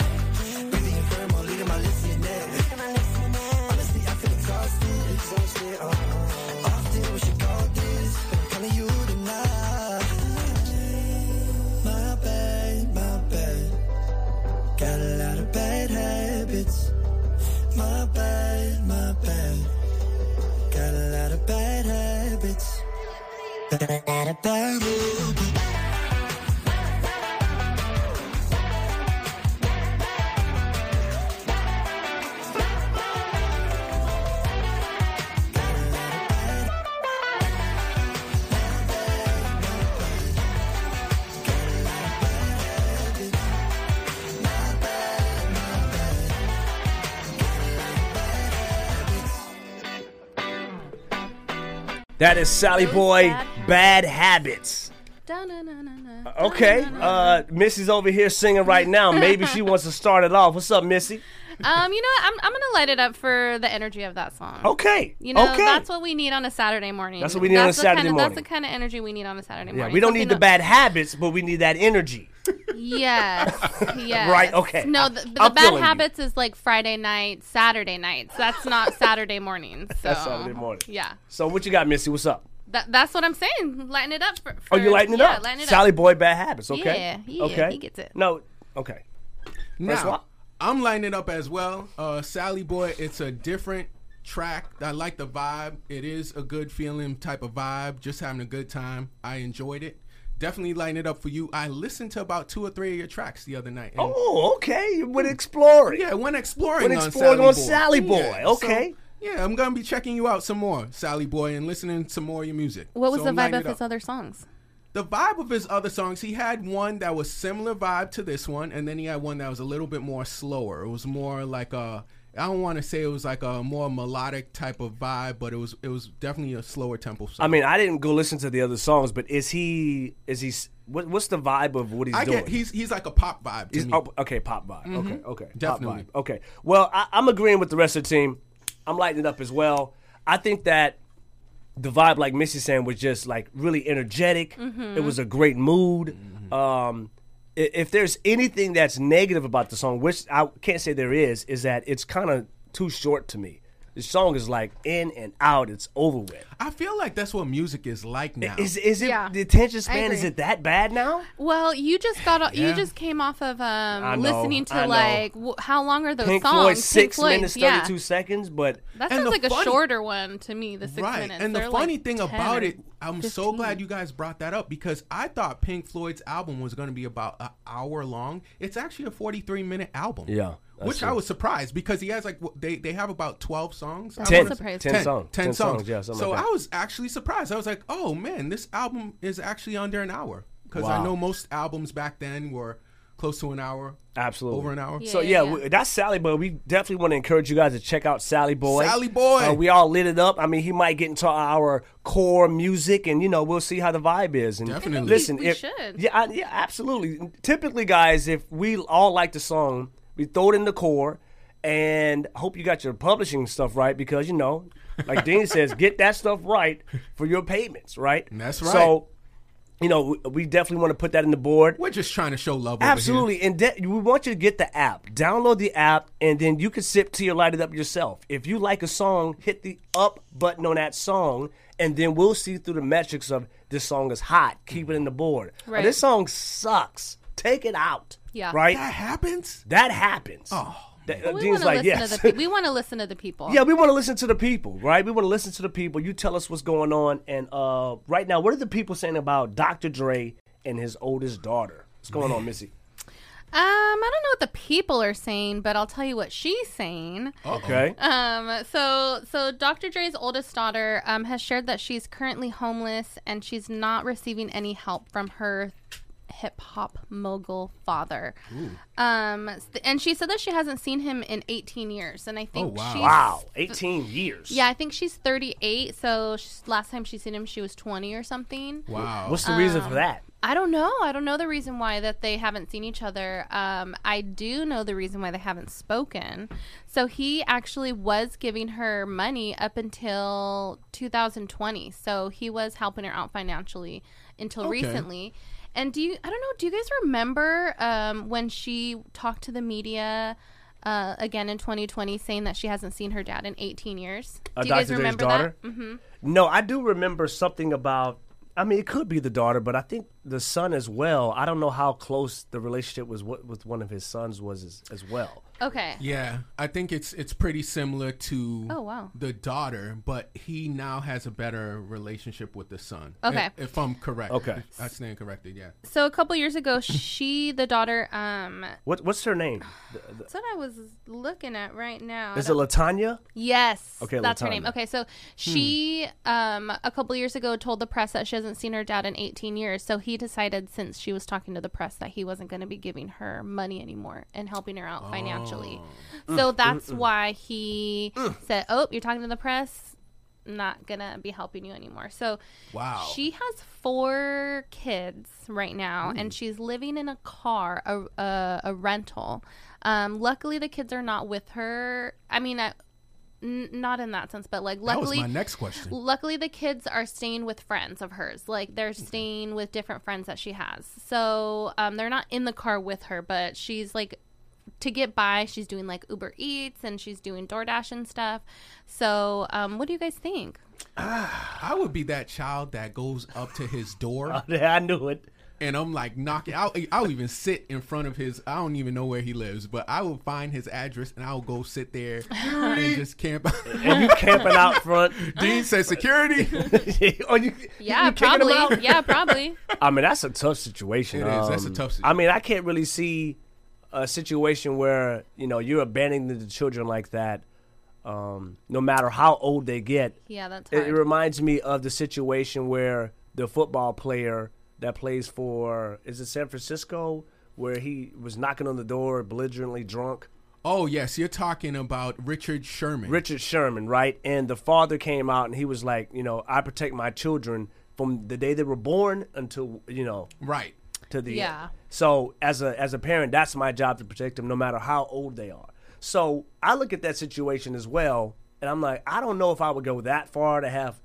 breathing firm, I'm leading my listening. Honestly, I feel exhausted, exhausted. Uh, often we should call this, I'm calling you tonight. My bad, my bad. Got a lot of bad habits. My bad, my bad. Got a lot of bad habits. Got a lot of bad habits. That is Sally Those Boy bad- Bad Habits. Da-na-na-na-na. Okay, Da-na-na-na. uh, Missy's over here singing right now. Maybe she wants to start it off. What's up, Missy? Um, you know what? I'm I'm gonna light it up for the energy of that song. Okay, You know, Oh, okay. that's what we need on a Saturday morning. That's what we need on That's a the Saturday kind of, morning. That's the kind of energy we need on a Saturday Yeah, morning. we don't need the Something bad habits, but we need that energy. that- Yes. yes. Right, okay. No, I'm- the, the I'm bad feeling you. habits is like Friday night, Saturday nights. That's not Saturday mornings. So. That's Saturday morning. Yeah. So what you got, Missy? What's up? That, that's what I'm saying. Lighten it up. For, Oh, you for- lighting it yeah, up? Lighten it Sally up. Boy, bad habits. Okay. Yeah, yeah, okay. he gets it. No. Okay. Now, what? I'm lining it up as well. Uh, Sally Boy, it's a different track. I like the vibe. It is a good feeling type of vibe. Just having a good time. I enjoyed it. Definitely lighting it up for you. I listened to about two or three of your tracks the other night. and- Oh, okay. You went exploring. Yeah, went exploring. Went exploring on Sally Boy. okay. yeah, I'm gonna be checking you out some more, Sally Boy, and listening to more of your music. What was So the I'm vibe lighting of it his up. other songs? The vibe of his other songs, he had one that was similar vibe to this one, and then he had one that was a little bit more slower. It was more like a I don't want to say it was like a more melodic type of vibe, but it was it was definitely a slower tempo song. I mean, I didn't go listen to the other songs, but is he? Is he? s- What, what's the vibe of what he's I doing? get he's he's like a pop vibe to He's- me. Mm-hmm. oh, okay, pop vibe. Okay, okay, pop Definitely. vibe. Okay. Well, I, I'm agreeing with the rest of the team. I'm lighting it up as well. I think that the vibe, like Missy saying, was just like really energetic. Mm-hmm. It was a great mood. Mm-hmm. Um, i- if there's anything that's negative about the song, which I can't say there is, is that it's kind of too short to me. The song is like in and out. It's over with. I feel like that's what music is like now. Is is it Yeah. the attention I span? Is agree. it that bad now? Well, you just got o Yeah. you just came off of I um know, listening I to know. like w- how long are those Pink songs? Floyd Pink six Floyd, minutes yeah. thirty two seconds, but That And sounds the like funny- a shorter one to me. The six right. minutes. And the They're, funny like, thing 10 about or it, I'm so 15. glad you guys brought that up because I thought Pink Floyd's album was going to be about an hour long. It's actually a 43 minute album. Yeah, that's Which I true. was surprised because he has like w- they they have about 12 songs. I That's Ten. wanna say- surprising. 10 songs. 10 10 songs. songs, yeah, something so like that. I was actually surprised. I was like, "Oh man, this album is actually under an hour." Cuz I Wow. know most albums back then were close to an hour. Absolutely. Over an hour. So Yeah, yeah, yeah, We, that's Sally Boy. We definitely want to encourage you guys to check out Sally Boy. Sally Boy. Uh, we all lit it up. I mean, he might get into our core music, and you know, we'll see how the vibe is. And Definitely. I think listen, we- we if- should. Yeah, I, yeah, absolutely. Typically, guys, if we all like the song, we throw it in the core, and hope you got your publishing stuff right because you know, like Dean says, get that stuff right for your payments, right? That's right. So, you know, we, we definitely want to put that in the board. We're just trying to show love over here. Absolutely, and de- we want you to get the app. Download the app, and then you can sip tea or light it up yourself. If you like a song, hit the up button on that song, and then we'll see through the metrics of this song is hot. Keep it in the board. Or, Right. this song sucks. Take it out. Yeah. Right. That happens? That happens. Oh. We want to listen to the pe- we want to listen to the people. Yeah, we want to listen to the people, right? We want to listen to the people. You tell us what's going on, and uh, right now, what are the people saying about Dr. Dre and his oldest daughter? What's going on, Missy? Um, I don't know what the people are saying, but I'll tell you what she's saying. Okay. Um, so so Dr. Dre's oldest daughter um, has shared that she's currently homeless and she's not receiving any help from her hip hop mogul father. Um, s- and she said that she hasn't seen him in 18 years, and I think Oh, wow. she's Wow, 18 years. Yeah, I think she's 38. So she's, last time she seen him, she was 20 or something. Wow. What's the reason um, for that? I don't know. I don't know the reason why that they haven't seen each other. Um, I do know the reason why they haven't spoken. So he actually was giving her money up until 2020. So he was helping her out financially until recently. And do you? I don't know. Do you guys remember um, when she talked to the media? Uh, again in 2020, saying that she hasn't seen her dad in 18 years. Uh, Do you guys Dr. Dre's remember daughter? that? Mm-hmm. No, I do remember something about. I mean, it could be the daughter, but I think the son as well. I don't know how close the relationship was wi- with one of his sons was as, as well. Okay. Yeah, I think it's it's pretty similar to Oh, wow. the daughter, but he now has a better relationship with the son. Okay. if, if I'm correct. Okay. If I stand corrected. Yeah, So a couple years ago, she, the daughter, um, What What's her name? The- That's what I was looking at right now. Is it Latanya? yes. Okay, that's her Latanya. name. Okay, so she, um, a couple years ago, told the press that she hasn't seen her dad in 18 years. So he decided, since she was talking to the press, that he wasn't going to be giving her money anymore and helping her out financially. So that's why he said, "Oh, you're talking to the press." Not gonna be helping you anymore. So, Wow. she has four kids right now, and she's living in a car, a, a, a rental. Um, luckily, the kids are not with her. I mean, I, n- not in that sense, but like, that was luckily, my next question. luckily the kids are staying with friends of hers. Like, they're staying with different friends that she has. So um, they're not in the car with her, but she's like to get by. She's doing like Uber Eats and she's doing DoorDash and stuff. So, um, what do you guys think? I would be that child that goes up to his door I knew it. and I'm like knocking. I'll, I'll even sit in front of his. I don't even know where he lives, but I will find his address and I'll go sit there and just camp. And you camping out front? Dean says security. Are you? Yeah, you kicking 'em probably. out? Yeah, probably. I mean, that's a tough situation. It is. That's a Um, tough I mean, I can't really see a situation where you know you're abandoning the children like that, um, no matter how old they get. Yeah, that's It, it hard. reminds me of the situation where the football player that plays for is it San Francisco, where he was knocking on the door, belligerently drunk. oh yes, you're talking about Richard Sherman. Richard Sherman, right? And the father came out and he was like, you know, I protect my children from the day they were born until you know Right. to the Yeah. end. So as a as a parent, that's my job to protect them, no matter how old they are. So I look at that situation as well, and I'm like, I don't know if I would go that far to have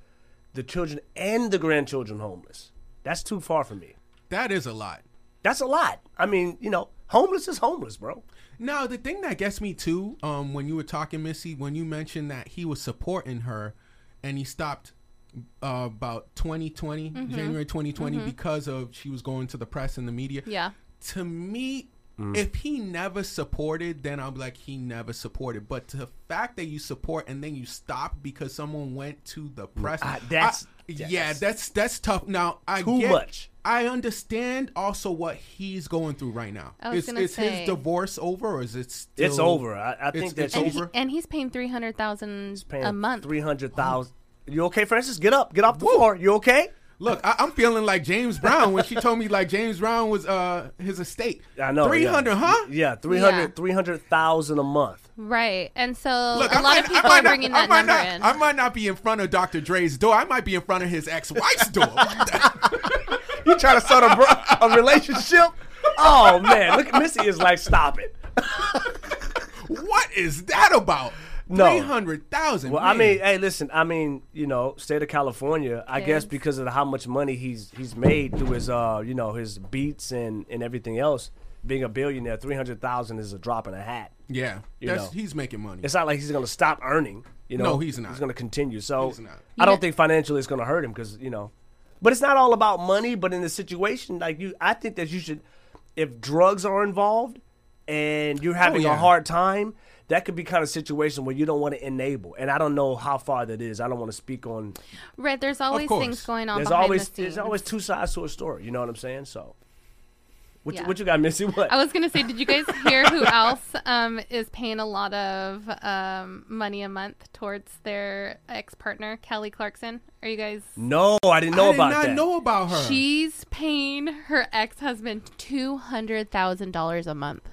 the children and the grandchildren homeless. That's too far for me. That is a lot. That's a lot. I mean, you know, homeless is homeless, bro. No, the thing that gets me too, um, when you were talking, Missy, when you mentioned that he was supporting her, and he stopped uh, about 2020, January 2020, because of she was going to the press and the media. Yeah. To me, Mm. if he never supported, then I'm like he never supported. But the fact that you support and then you stop because someone went to the press, Mm, I- that's- I- yeah, yes. that's that's tough. Now I Too get- much. I understand also what he's going through right now. I was is gonna is say- his divorce over or is it still It's over. I, I think It's- that's it's And, over. he, over? and he's paying three hundred thousand Paying a month. Three hundred thousand. You okay, Francis? Get up. Get off the floor. You okay? Look, I, I'm feeling like James Brown when she told me like James Brown was uh his estate. I know. yeah. Three hundred, huh? Yeah, 300 Yeah. 300,000 a month. Right. And so Look, a I lot of might- I people might are not- bringing I that might number not- in. I might not be in front of Dr. Dre's door. I might be in front of his ex-wife's door. What the- You trying to start a, bro- a relationship? Oh man, look, Missy is like, stop it. what is that about? No. Three hundred thousand. Well, I mean, hey, listen, I mean, you know, state of California, I guess Yes. because of how much money he's he's made through his uh, you know, his beats and and everything else, being a billionaire, 300,000 is a drop in a hat. yeah, you that's, know. he's making money. It's not like he's going to stop earning, you know. No, he's not. He's going to continue. So He's not. I don't Yeah. think financially it's going to hurt him cuz, you know. But it's not all about money, but in the situation like you I think that you should if drugs are involved and you're having a Oh, yeah. hard time, that could be kind of situation where you don't want to enable. And I don't know how far that is. I don't want to speak on Right. There's always course. things going on there's behind always the scenes. there's always two sides to a story. You know what I'm saying? So, what Yeah. you, what you got, Missy? What? I was gonna say, did you guys hear who else um, is paying a lot of um, money a month towards their ex partner, Kelly Clarkson? Are you guys? no, I didn't know I did about not that. know about her. She's paying her ex husband two hundred thousand dollars a month.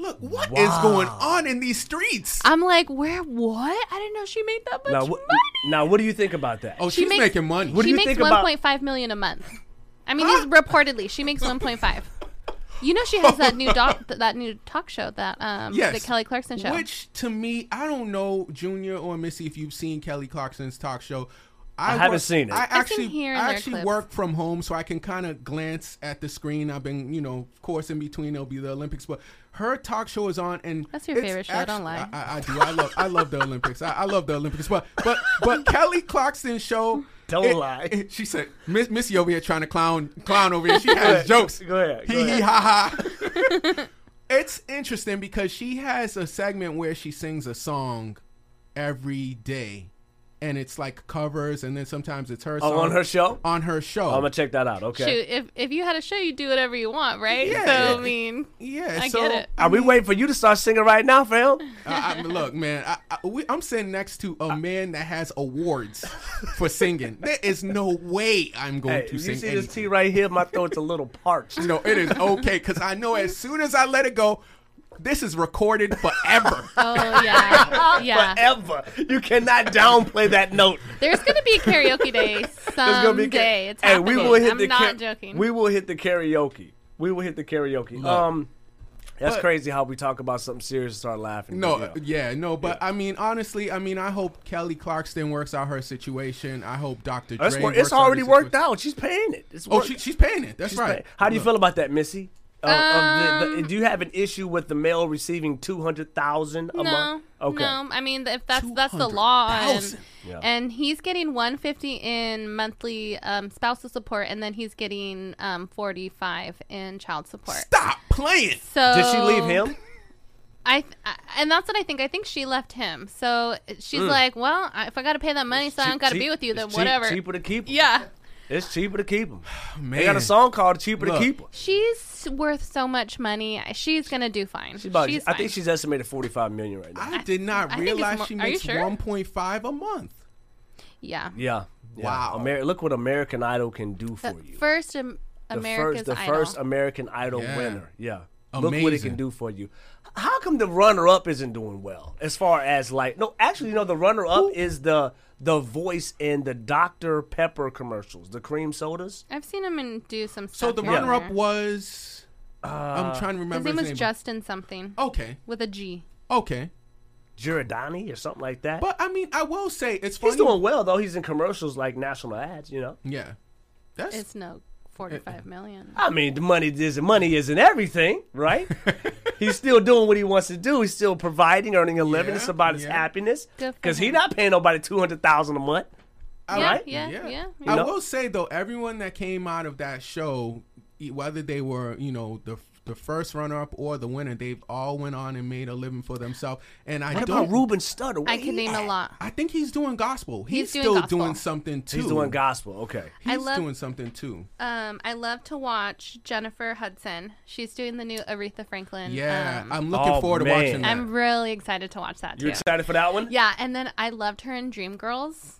Look, what is going on in these streets? I'm like, where? What? I didn't know she made that much now, money. what, now, what do you think about that? oh, She she's makes- making money. What do she you makes think about- one point five million a month. I mean, these reportedly, she makes one point five. You know, she has that new doc, th- that new talk show that um, Yes. the Kelly Clarkson show. Which to me, I don't know, Junior or Missy, if you've seen Kelly Clarkson's talk show. I haven't seen it. I I've seen actually, here and I there actually clips. work from home, so I can kind of glance at the screen. I've been, you know, of course, in between there'll be the Olympics, but her talk show is on, and That's your it's favorite show, don't actu- lie. I, I, I do. I love, I love the Olympics. I, I love the Olympics, but but but Kelly Clarkson's show. Don't it- lie. it- she said, Miss, Missy over here trying to clown, clown over here. She has jokes. Go ahead, go Hee hee ahead. ha ha. It's interesting because she has a segment where she sings a song every day, and it's like covers, and then sometimes it's her. Oh, song on her show? On her show. I'm gonna check that out. Okay. Shoot, if if you had a show, you do whatever you want, right? Yeah. So I mean, yeah, I so get it. Are we waiting for you to start singing right now, fam? I, I- look, man, I, I, we, I'm sitting next to a man that has awards for singing. There is no way I'm going Hey, to you see sing. this anything. tea right here? My throat's a little parched. No, it is okay because I know as soon as I let it go, this is recorded forever. Oh yeah, yeah. Forever, you cannot downplay that note. There's gonna be a karaoke day There's gonna be a- someday. It's hey, we happening. will hit I'm the not ka- joking. We will hit the karaoke. We will hit the karaoke. um, that's But- crazy how we talk about something serious and start laughing. No, uh, But, yeah. yeah, no, but I mean, honestly, I mean, I hope Kelly Clarkston works out her situation. I hope Dr. Dre. That's wor- works it's already out his worked situation. out. She's paying it. It's Oh, worked. she, she's paying it. That's She's right. paying- How do you Look, feel about that, Missy? Of- of Um, the- the- do you have an issue with the male receiving two hundred thousand a no, month? Okay. no. I mean, if that's that's the law, and, 200,000. Yeah. and he's getting 150 in monthly um, spousal support, and then he's getting um, 45 in child support. Stop playing. So Did she leave him? I, th- I and that's what I think. I think she left him. So she's like, well, I- if I got to pay that money, so I don't got to Mm. Cheap- be with you. Then it's cheap- whatever. Cheaper to keep. 'em. yeah. It's cheaper to keep them. Oh, Man. They got a song called "Cheaper Look. to Keep 'em." She's worth so much money. She's gonna do fine. She's about- she's I fine. think she's estimated forty-five million right now. I did not I think it's realize more- she are you makes sure? 1.5 a month. yeah. yeah. yeah. Wow. Ameri- look what American Idol can do for The you. first um, the America's first, the Idol. first American Idol Yeah. winner. Yeah. Look what it Amazing. can do for you. How come the runner-up isn't doing well? As far as like, no, actually, no. The runner-up is the the voice in the Dr Pepper commercials, the cream sodas. I've seen him and do some So stuff. the here and runner up there. was. Uh, I'm trying His to remember name his, was name. Oh. Justin something Okay. with a G. Okay. Giordani or something like that. But I mean, I will say it's funny. he's doing well though. He's in commercials like national ads, you know. Yeah. That's It's no Uh, Forty-five million. I mean, the money isn't money isn't everything, right? He's still doing what he wants to do. He's still providing, earning a living. it's Yeah, about his yeah. happiness Good for because he's him. not paying nobody two hundred thousand a month. yeah, right? yeah, yeah, I know? will say though, everyone that came out of that show, e- whether they were you know the the first runner up or the winner, they've all went on and made a living for themselves. And I What don't. about Ruben Studdard? I could name a lot. I think he's doing gospel. He's He's, doing still gospel. doing something too. He's doing gospel. Okay. He's I love- doing something too. Um, I love to watch Jennifer Hudson. She's doing the new Aretha Franklin. Yeah, um, I'm looking Oh, forward man. to watching that. I'm really excited to watch that too. You excited for that one? Yeah, and then I loved her in Dreamgirls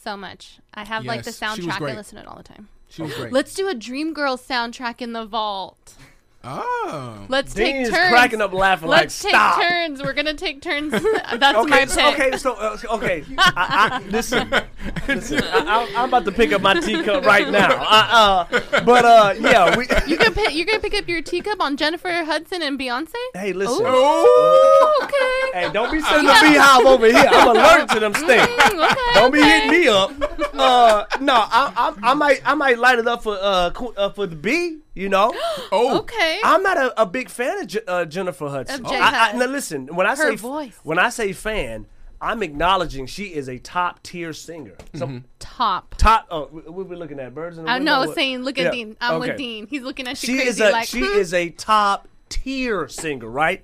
so much. I have like the Yes, she was soundtrack. great. I listen to it all the time. she was great. Let's do a Dreamgirls soundtrack in the vault. oh, Let's Dean take is turns. cracking up laughing like, Let's take stop. turns. We're gonna take turns. That's Okay, my pick. so, okay, so uh, okay. I, I, listen, listen. I, I, I'm about to pick up my teacup right now. Uh, uh, but uh, yeah, we. You can pick, you're gonna pick up your teacup on Jennifer Hudson and Beyonce. Oh, hey, listen. Okay. Hey, don't be sending Yeah. the beehive over here. I'm allergic to them stinks. Mm, okay, Don't be okay. hitting me up. Uh, no, I, I, I might, I might light it up for, uh, Qu- uh for the B. You know, oh, Okay. I'm not a, a big fan of J- uh, Jennifer Hudson. Of J. I, I, Hud. now listen, when I Her say f- voice. when I say fan, I'm acknowledging she is a top tier singer. So Mm-hmm. Top. top. Oh, what what we looking at? Birds in the I window? know. What- Saying, look at Yeah, Dean. I'm okay. with Dean. He's looking at you She crazy. is a like she hmm. is a top tier singer, right?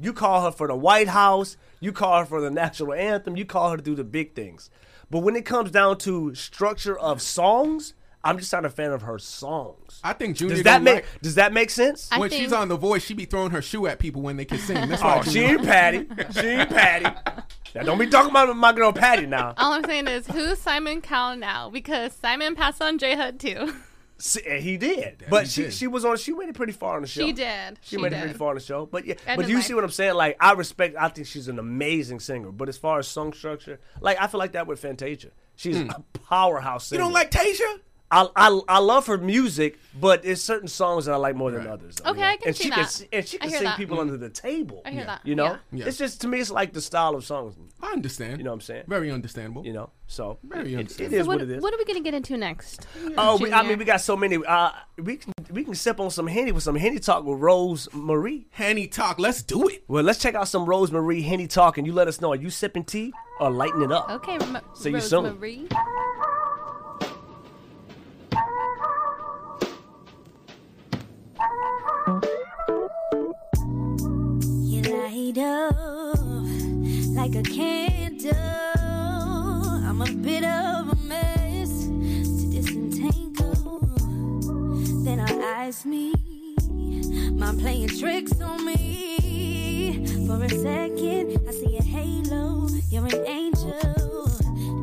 You call her for the White House, you call her for the national anthem, you call her to do the big things. But when it comes down to structure of songs, I'm just not a fan of her songs. I think Junior. Does that don't make like- does that make sense? I when she's think- on The Voice, she be throwing her shoe at people when they can sing. That's why oh, she Junior- ain't Patty. She ain't Patty. Now don't be talking about my girl Patty now. All I'm saying is, who's Simon Cowell now? Because Simon passed on J Hud too. S- and he did, but he she did. she was on. She made it pretty far on the show. She did. She She, made it did. pretty far on the show. But yeah, And but in you life. see what I'm saying? Like I respect. I think she's an amazing singer. But as far as song structure, like I feel like that with Fantasia. She's a powerhouse Hmm. You singer. don't like Tasia? I, I I love her music, but there's certain songs that I like more than others. Okay, I can and see she that. Can, and she I can hear sing that. people under the table. I hear Yeah. that. You know, Yeah. Hmm. Yeah. it's just to me, it's like the style of songs. I understand. You know what I'm saying? Very understandable. You know, so it- it, Very it understandable. is So what, what, it is. what are we gonna get into next? Oh, we, I Junior? mean, we got so many. Uh, we can we can sip on some henny with some henny talk with Rose Marie. Henny talk. Let's do it. Well, let's check out some Rose Marie henny talk, and you let us know: are you sipping tea or lighting it up? Okay, Rem- See you soon. Rosemarie. You light up like a candle. I'm a bit of a mess to disentangle. Then our eyes meet. Mind playing tricks on me. For a second, I see a halo. You're an angel.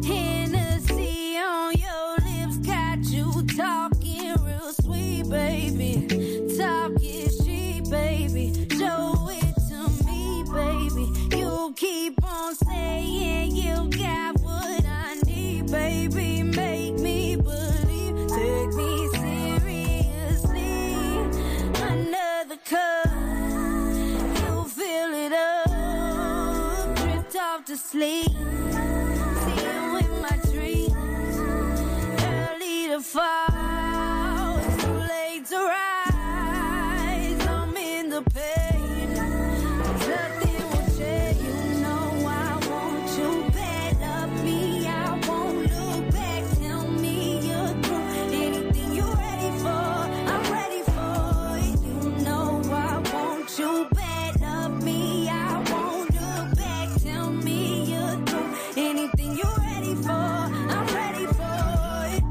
Hennessy on your lips got you talking real sweet, baby. Talk is she, baby. Show it to me, baby. You keep on saying you got what I need, baby. Make me believe, take me seriously. Another cup, you fill it up, drift off to sleep. See you in my dreams early to fall, it's too late to rise. I'm in the pain. Nothing will change. You know I want you bad. Love me, I won't look back. Tell me you're through. Anything you're ready for, I'm ready for it. You know I want you bad. Love me, I won't look back. Tell me you're through. Anything you're ready for, I'm ready for it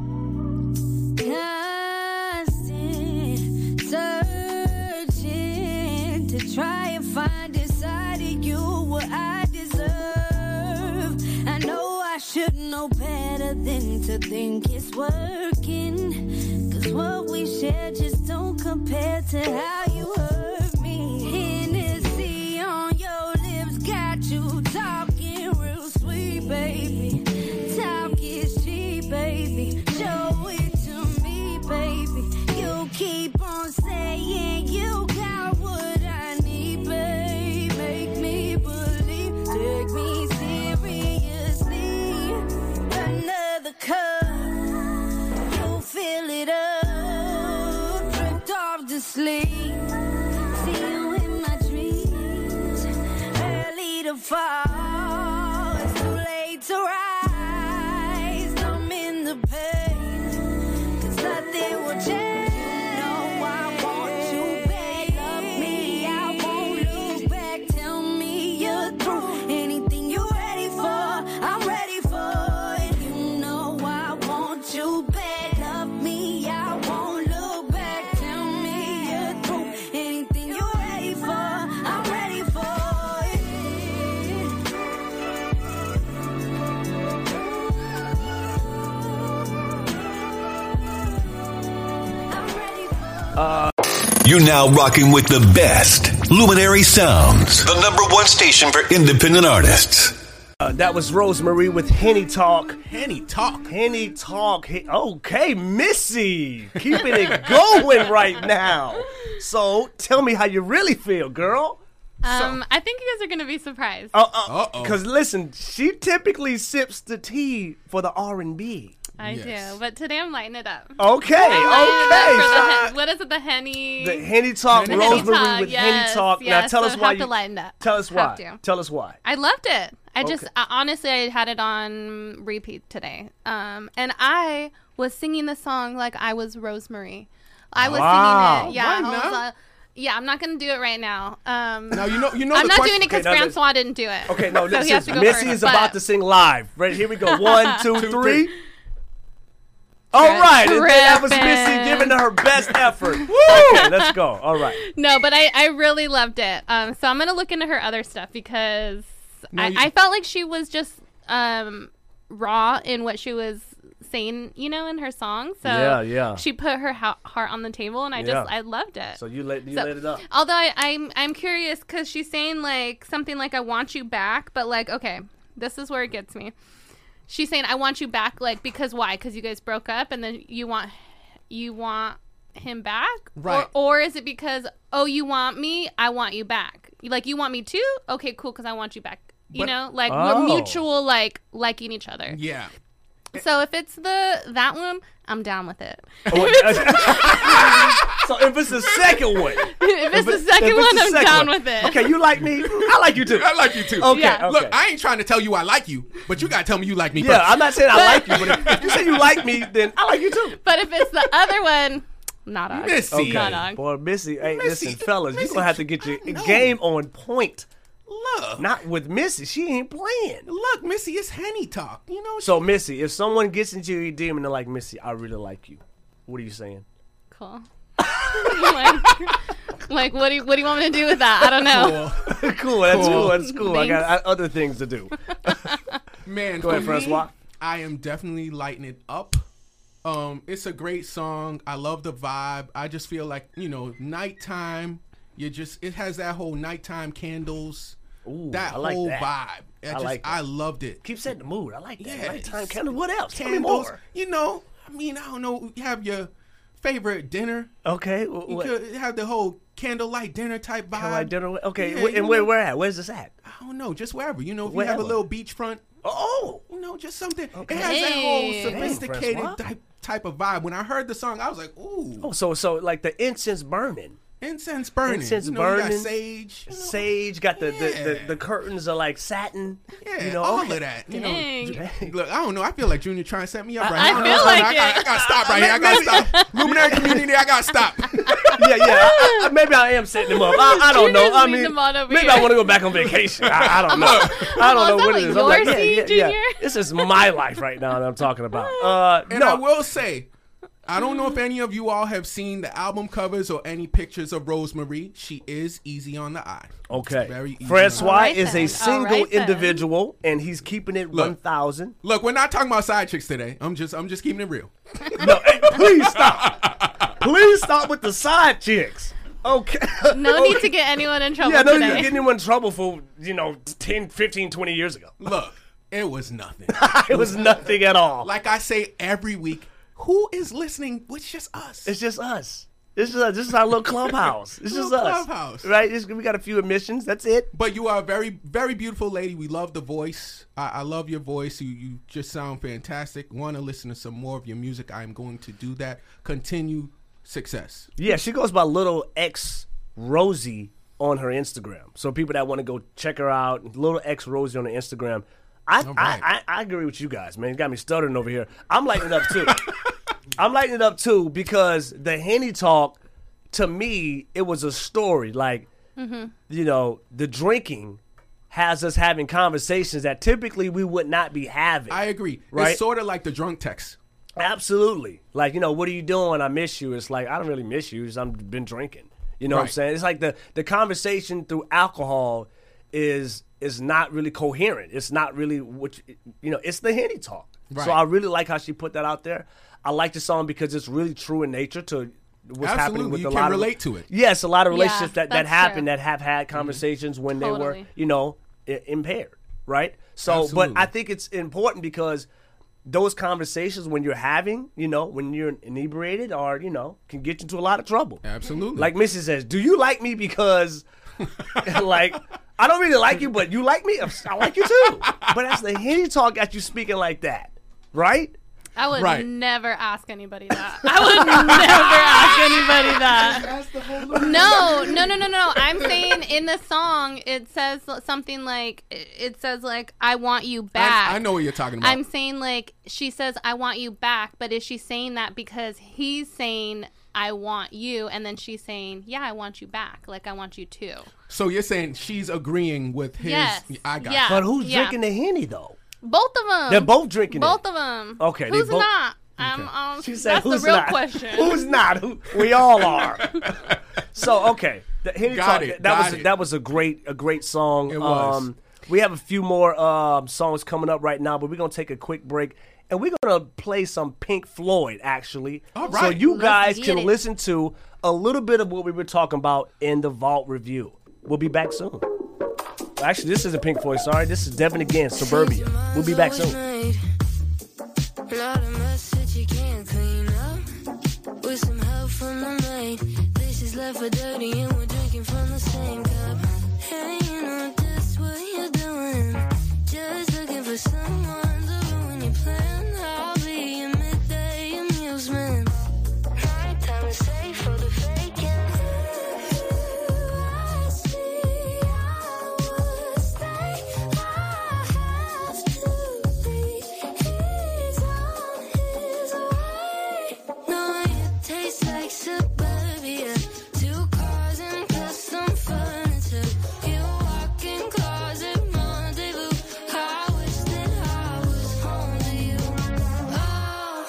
constant searching to try and find inside of you what I deserve. I know I should know better than to think it's working. Cause what we share just don't compare to how you hurt me. Hennessy on your lips got you talking real sweet, baby. Talk is cheap, baby. Show it to me, baby. You keep on saying you got what I need, babe. Make me believe, take me seriously. Another cup, you fill it up too late to rise. I'm in the pain. Cause nothing will change. You know I want you back. Love me, I won't look back. Tell me you're through. Anything you're ready for, I'm ready for it. You know I want you back. Love me, I won't look back. Tell me you're through. Anything you're ready for, I'm ready for it. I'm ready for it. You're now rocking with the best Luminary Sounds, the number one station for independent artists. Uh, that was Rosemary with Henny Talk. Henny talk. Henny Talk. He- okay, Missy, keeping it going right now. So tell me how you really feel, girl. Um, I think you guys are gonna be surprised. Uh, Uh-oh. Because listen, she typically sips the tea for the R and B. I yes. do, but today I'm lighting it up. Okay, Lighting it up for the okay. hen- So, what is it? The henny. the Henny Talk, the Henny Rosemary Talk, with yes, Henny Talk. now yes, tell so us I why have to you lighten up. tell us Have why. to. Tell us why. I loved it. I just Okay. I, honestly I had it on repeat today. Um, and I was singing the song like I was Rosemary. I was Wow. singing it. Yeah, Why I was, not? uh, yeah. I'm not gonna do it right now. Um, Now you know you know I'm the not question. doing it because Okay, now this- Francois didn't do it. Okay, no, So he this has is to go Missy first, is about but- to sing live. Right here we go. One, two, Two, three. three. All right, and then that was Trippin'. Missy giving her best effort. Woo! Okay, let's go. All right. No, but I, I really loved it. Um, so I'm gonna look into her other stuff because I, you- I felt like she was just um raw in what she was saying, you know, in her song. So Yeah, yeah. She put her ha- heart on the table, and I just Yeah. I loved it. So you let you So- let it up. Although I, I'm I'm curious because she's saying like something like I want you back, but like okay, this is where it gets me. She's saying I want you back, like because why? Because you guys broke up, and then you want you want him back, Right. Or, or is it because oh you want me, I want you back? Like you want me too? Okay, cool, because I want you back. You But- know, like Oh. we're mutual, like liking each other. Yeah. So if it's the that one, I'm down with it. so if it's the second one, if it's the if second it's one, the I'm second down one. with it. Okay, you like me. I like you too. I like you too. Okay, Yeah. okay. Look, I ain't trying to tell you I like you, but you gotta tell me you like me yeah, first. I'm not saying I like you, but if, if you say you like me, then I like you too. But if it's the other one, not on. Missy. Not on. Boy, Missy, hey, Missy, listen, fellas, Missy, you're gonna have to get your I know. game on point. Look. Not with Missy. She ain't playing. Look, Missy, it's Henny talk. You know So Missy, if someone gets into your DM and they're like, Missy, I really like you. What are you saying? Cool. like, like, what do you, what do you want me to do with that? I don't know. cool, that's cool, Cool. that's cool. I got uh, other things to do. Man, Go ahead, for me, Francois. I am definitely lighting it up. Um, it's a great song. I love the vibe. I just feel like you know, nighttime. You just it has that whole nighttime candles. Ooh, that I like whole that. vibe. I, just, like that. I loved it. Keep setting the mood. I like that. Yeah, Nighttime it's- candle. What else? Tell me Candles. more. You know, I mean, I don't know. You have your favorite dinner. Okay. wh- You what- could have the whole candlelight dinner type vibe. How I dinner? with- Okay. Yeah, wh- you and where know. where at? Where's this at? I don't know, just wherever. You know, if you have Wherever. a little beachfront Oh. you know, just something. It has that whole Hey. sophisticated Francois. type, type of vibe. When I heard the song, I was like, ooh, Oh, so so like the incense burning. incense burning. Incense you know, you got burning. sage. you know, Sage got the, the, the, Yeah. the curtains are like satin. yeah, you know, all okay. of that. You Dang. know, Ju- look, I don't know. I feel like Junior trying to set me up right I now. feel don't know, like I it. gotta, I gotta stop right here. I gotta stop. Luminary community, I gotta stop. yeah, yeah. I, I, maybe I am setting him up. I, I don't know. Junior's I leading mean, them on over maybe here. I want to go back on vacation. I, I don't know. oh, I don't is know that like your what it is. I'm like, yeah, scene, yeah, Junior? yeah. This is my life right now that I'm talking about. Uh, And I no, will say, I don't know if any of you all have seen the album covers or any pictures of Rosemary. She is easy on the eye. okay. Very easy. Francois Alright is then, a single alright then. individual, and he's keeping it one thousand. Look, we're not talking about side chicks today. I'm just, I'm just keeping it real. No, hey, please stop. please stop with the side chicks. Okay. No need to get anyone in trouble Yeah, no, you today. get anyone in trouble for you know 10, 15, 20 years ago. Look, it was nothing. It was nothing at all. like I say every week, who is listening? It's just us. It's just us. This is us. This is our little clubhouse. It's just Little us. clubhouse. Right? It's- we got a few admissions. That's it. but you are a very, very beautiful lady. We love the voice. I, I love your voice. You, you just sound fantastic. Want to listen to some more of your music? I am going to do that. Continue success. Yeah, she goes by Little X Rosie on her Instagram. So people that want to go check her out, Little X Rosie on her Instagram. I, All right. I, I, I agree with you guys, man. You got me stuttering over here. I'm lighting it up too. I'm lighting it up too because the Henny talk, to me, it was a story. Like, Mm-hmm. you know, the drinking has us having conversations that typically we would not be having. I agree. Right. It's sort of like the drunk text. Absolutely. Like, you know, what are you doing? I miss you. It's like, I don't really miss you. It's, I've been drinking. You know what I'm Right. saying? It's like the, the conversation through alcohol is is not really coherent. It's not really what you, you know, it's the handy talk. Right. So I really like how she put that out there. I like the song because it's really true in nature to what's Absolutely. happening with You a can lot of relate to it. Yes, a lot of Yeah, relationships that, that that's happen true. that have had Mm-hmm. conversations when they were, Totally. you know, I- impaired, right? So, Absolutely. but I think it's important because those conversations when you're having, you know, when you're inebriated or, you know, can get you into a lot of trouble. Absolutely. Like Missy says, do you like me because, like, I don't really like you, but you like me? I like you too. But that's the Henny talk got you speaking like that, right? I would Right. never ask anybody that. I would never ask anybody that. No, no, no, no, no. I'm saying in the song it says something like it says like I want you back. I, I know what you're talking about. I'm saying like she says I want you back, but is she saying that because he's saying I want you and then she's saying, "Yeah, I want you back. Like I want you too." so you're saying she's agreeing with his. Yes. I got. Yeah. you. But who's Uh, Yeah. drinking the Henny, though? Both of them. They're both drinking it. Both of them. Okay, they Who's both- not? I'm um She said, that's "Who's the real not? question. Who's not? Who, we all are." so okay, the Henny Got Talk, it, That got was it. that was a great a great song. Um, It was. we have a few more um, songs coming up right now, but we're gonna take a quick break and we're gonna play some Pink Floyd actually. All So right. you guys get can it. listen to a little bit of what we were talking about in the Vault review. We'll be back soon. Actually, this isn't Pink Floyd. Sorry, this is Devin again, Suburbia. We'll be back soon. Lot of mess that you can't clean up. With some help from the maid, dishes left for dirty, and we're drinking from the same cup. Hey, you know just what you're doing. Just looking for someone to ruin your plan. I'll be your midday amusement. Night time is safe for the faking. I see I would stay. I have to be. He's on his way. No, it tastes like suburbia. Two cars and custom furniture. You walk in closet rendezvous. I wish that I was home to you. Oh.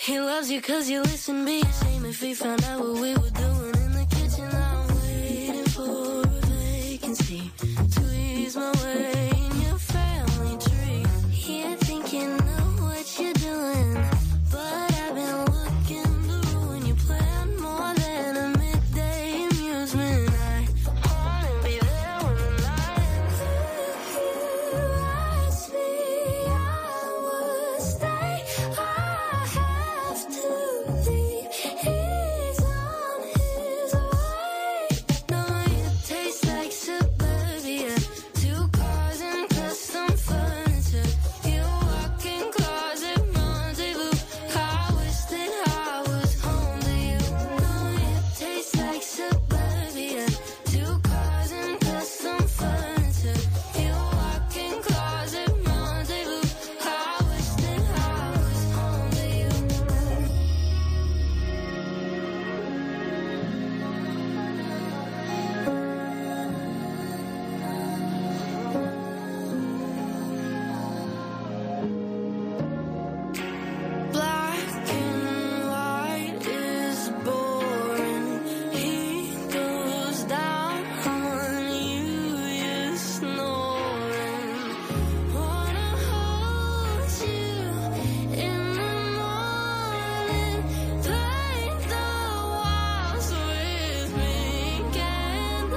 He loves you cause you listen. Be a shame if he found out what we were doing in the kitchen. I'm waiting for a vacancy. Squeeze my way in your family tree. Yeah, think you know what you're doing. But I've been looking to ruin your plan more than a midday amusement. I wanna be there when the light lights me I would stay. I have to leave. He's on his way. No, it tastes like suburbia. Two cars and custom furniture. You walk in closet rendezvous. I wish that I was home to you. No, it tastes like suburbia. Two cars and custom furniture. You walk in closet rendezvous. I wish that I was home to you. Black and white is boring. He goes down on you, you snoring. Wanna hold you in the morning. Paint the walls with pink and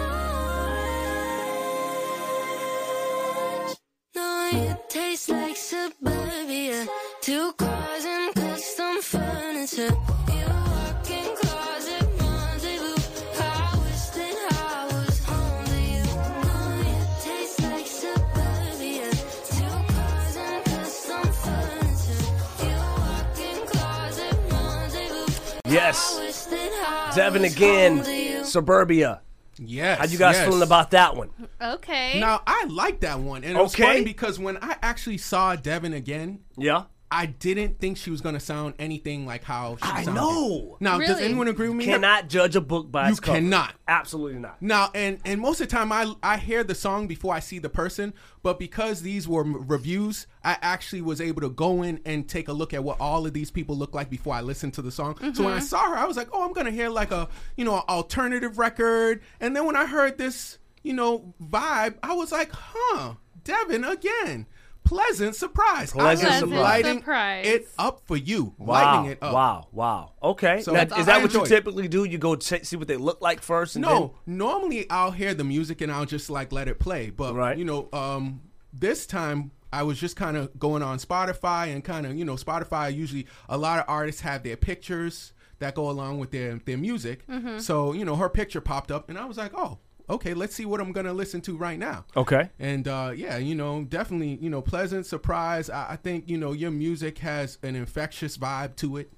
orange. No, it tastes like suburbia. Two cars and custom furniture. You walk in closet rendezvous. I wish that I was home to you. No, it tastes like suburbia. Two cars and custom furniture. You walk in closet rendezvous. Yes. Wish that I Devin was home to you. again, Suburbia. Yes. How you guys yes. feeling about that one? Okay. Now I like that one, and it was Okay. funny because when I actually saw Devin again, Yeah. I didn't think she was gonna sound anything like how she I sounded. know. Now, does Really? anyone agree with me? Cannot judge a book by You its cover. cannot. Absolutely not. Now, and and most of the time, I I hear the song before I see the person, but because these were m- reviews, I actually was able to go in and take a look at what all of these people look like before I listened to the song. So when I saw her, I was like, oh, I'm gonna hear like a you know alternative record, and then when I heard this you know vibe, I was like, huh, Devin again. Pleasant surprise. I Pleasant am surprise. Lighting surprise. it up for you. Wow. Lighting it up. Wow. Wow. Okay. So Now, that's is all that I what you enjoyed. typically do? You go check, see what they look like first? And No, normally I'll hear the music and I'll just like let it play. But Right. you know, um, this time I was just kind of going on Spotify and kind of you know Spotify. Usually, a lot of artists have their pictures that go along with their their music. So you know, her picture popped up and I was like, oh, okay, let's see what I'm gonna listen to right now. Then? Okay. And uh, yeah, you know, definitely, you know, pleasant surprise. I, I think you know your music has an infectious vibe to it.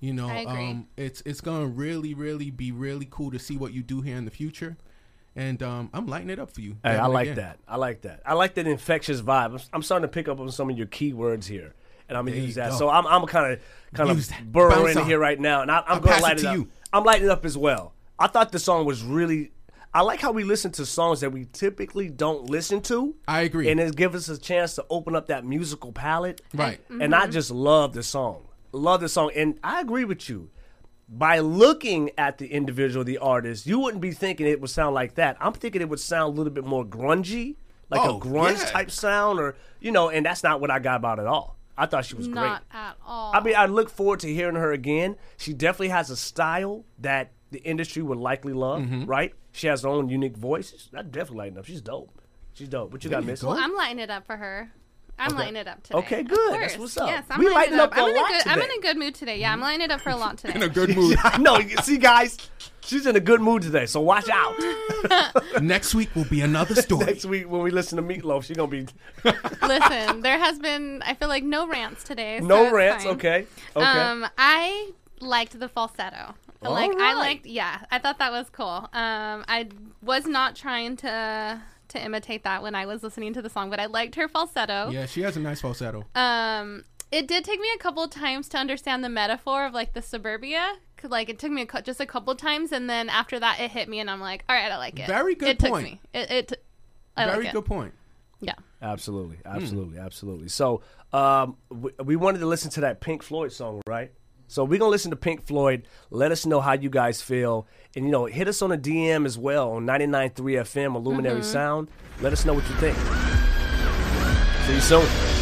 You know, I agree. um, it's it's gonna really, really be really cool to see what you do here in the future. And um, I'm lighting it up for you. Hey, I Devin, like again. that. I like that. I like that infectious vibe. I'm, I'm starting to pick up on some of your keywords here, and I'm gonna There use you that. go. So I'm I'm kind of kind Use of that. burrow Bounce in on. here right now, and I, I'm I'll gonna pass light it it, to up. you. I'm lighting it up as well. I thought the song was really. I like how we listen to songs that we typically don't listen to. I agree. and it gives us a chance to open up that musical palette. Right. And I just love the song. Love the song, and I agree with you. By looking at the individual, the artist, you wouldn't be thinking it would sound like that. I'm thinking it would sound a little bit more grungy, like Oh, a grunge yeah. type sound, or you know. And that's not what I got about it at all. I thought she was great. Not at all. I mean, I look forward to hearing her again. She definitely has a style that the industry would likely love, Mm-hmm. right? She has her own unique voice. I definitely lighting up. She's dope. She's dope. What you got, Miss? Well, I'm lighting it up for her. I'm lighting it up today. Okay, Of good. course. That's what's up. Yes, I'm We lighting lighting it up. up a I'm, in lot good, I'm in today. Hmm? a good mood today. Yeah, I'm lighting it up for a lot today. In a good mood. no, you see, guys, she's in a good mood today, so watch out. Next week will be another story. Next week when we listen to Meatloaf, she's gonna be Listen, there has been I feel like no rants today. so no it's rants. fine. Okay, okay. Um, I liked the falsetto. All like I right. liked, yeah, I thought that was cool. Um, I was not trying to to imitate that when I was listening to the song, but I liked her falsetto. yeah, she has a nice falsetto. Um, it did take me a couple times to understand the metaphor of like the suburbia. 'Cause, Like it took me a, cou- just a couple times, and then after that, it hit me, and I'm like, all right, I like it. Very good it point. Took me. It, it t- I Very like it. good point. Yeah. absolutely, hmm. absolutely, absolutely. So, um, we, we wanted to listen to that Pink Floyd song, right? So we're gonna listen to Pink Floyd. Let us know how you guys feel, and you know, hit us on a DM as well on 99.3 FM, Illuminary Mm-hmm. Sound. Let us know what you think. See you soon.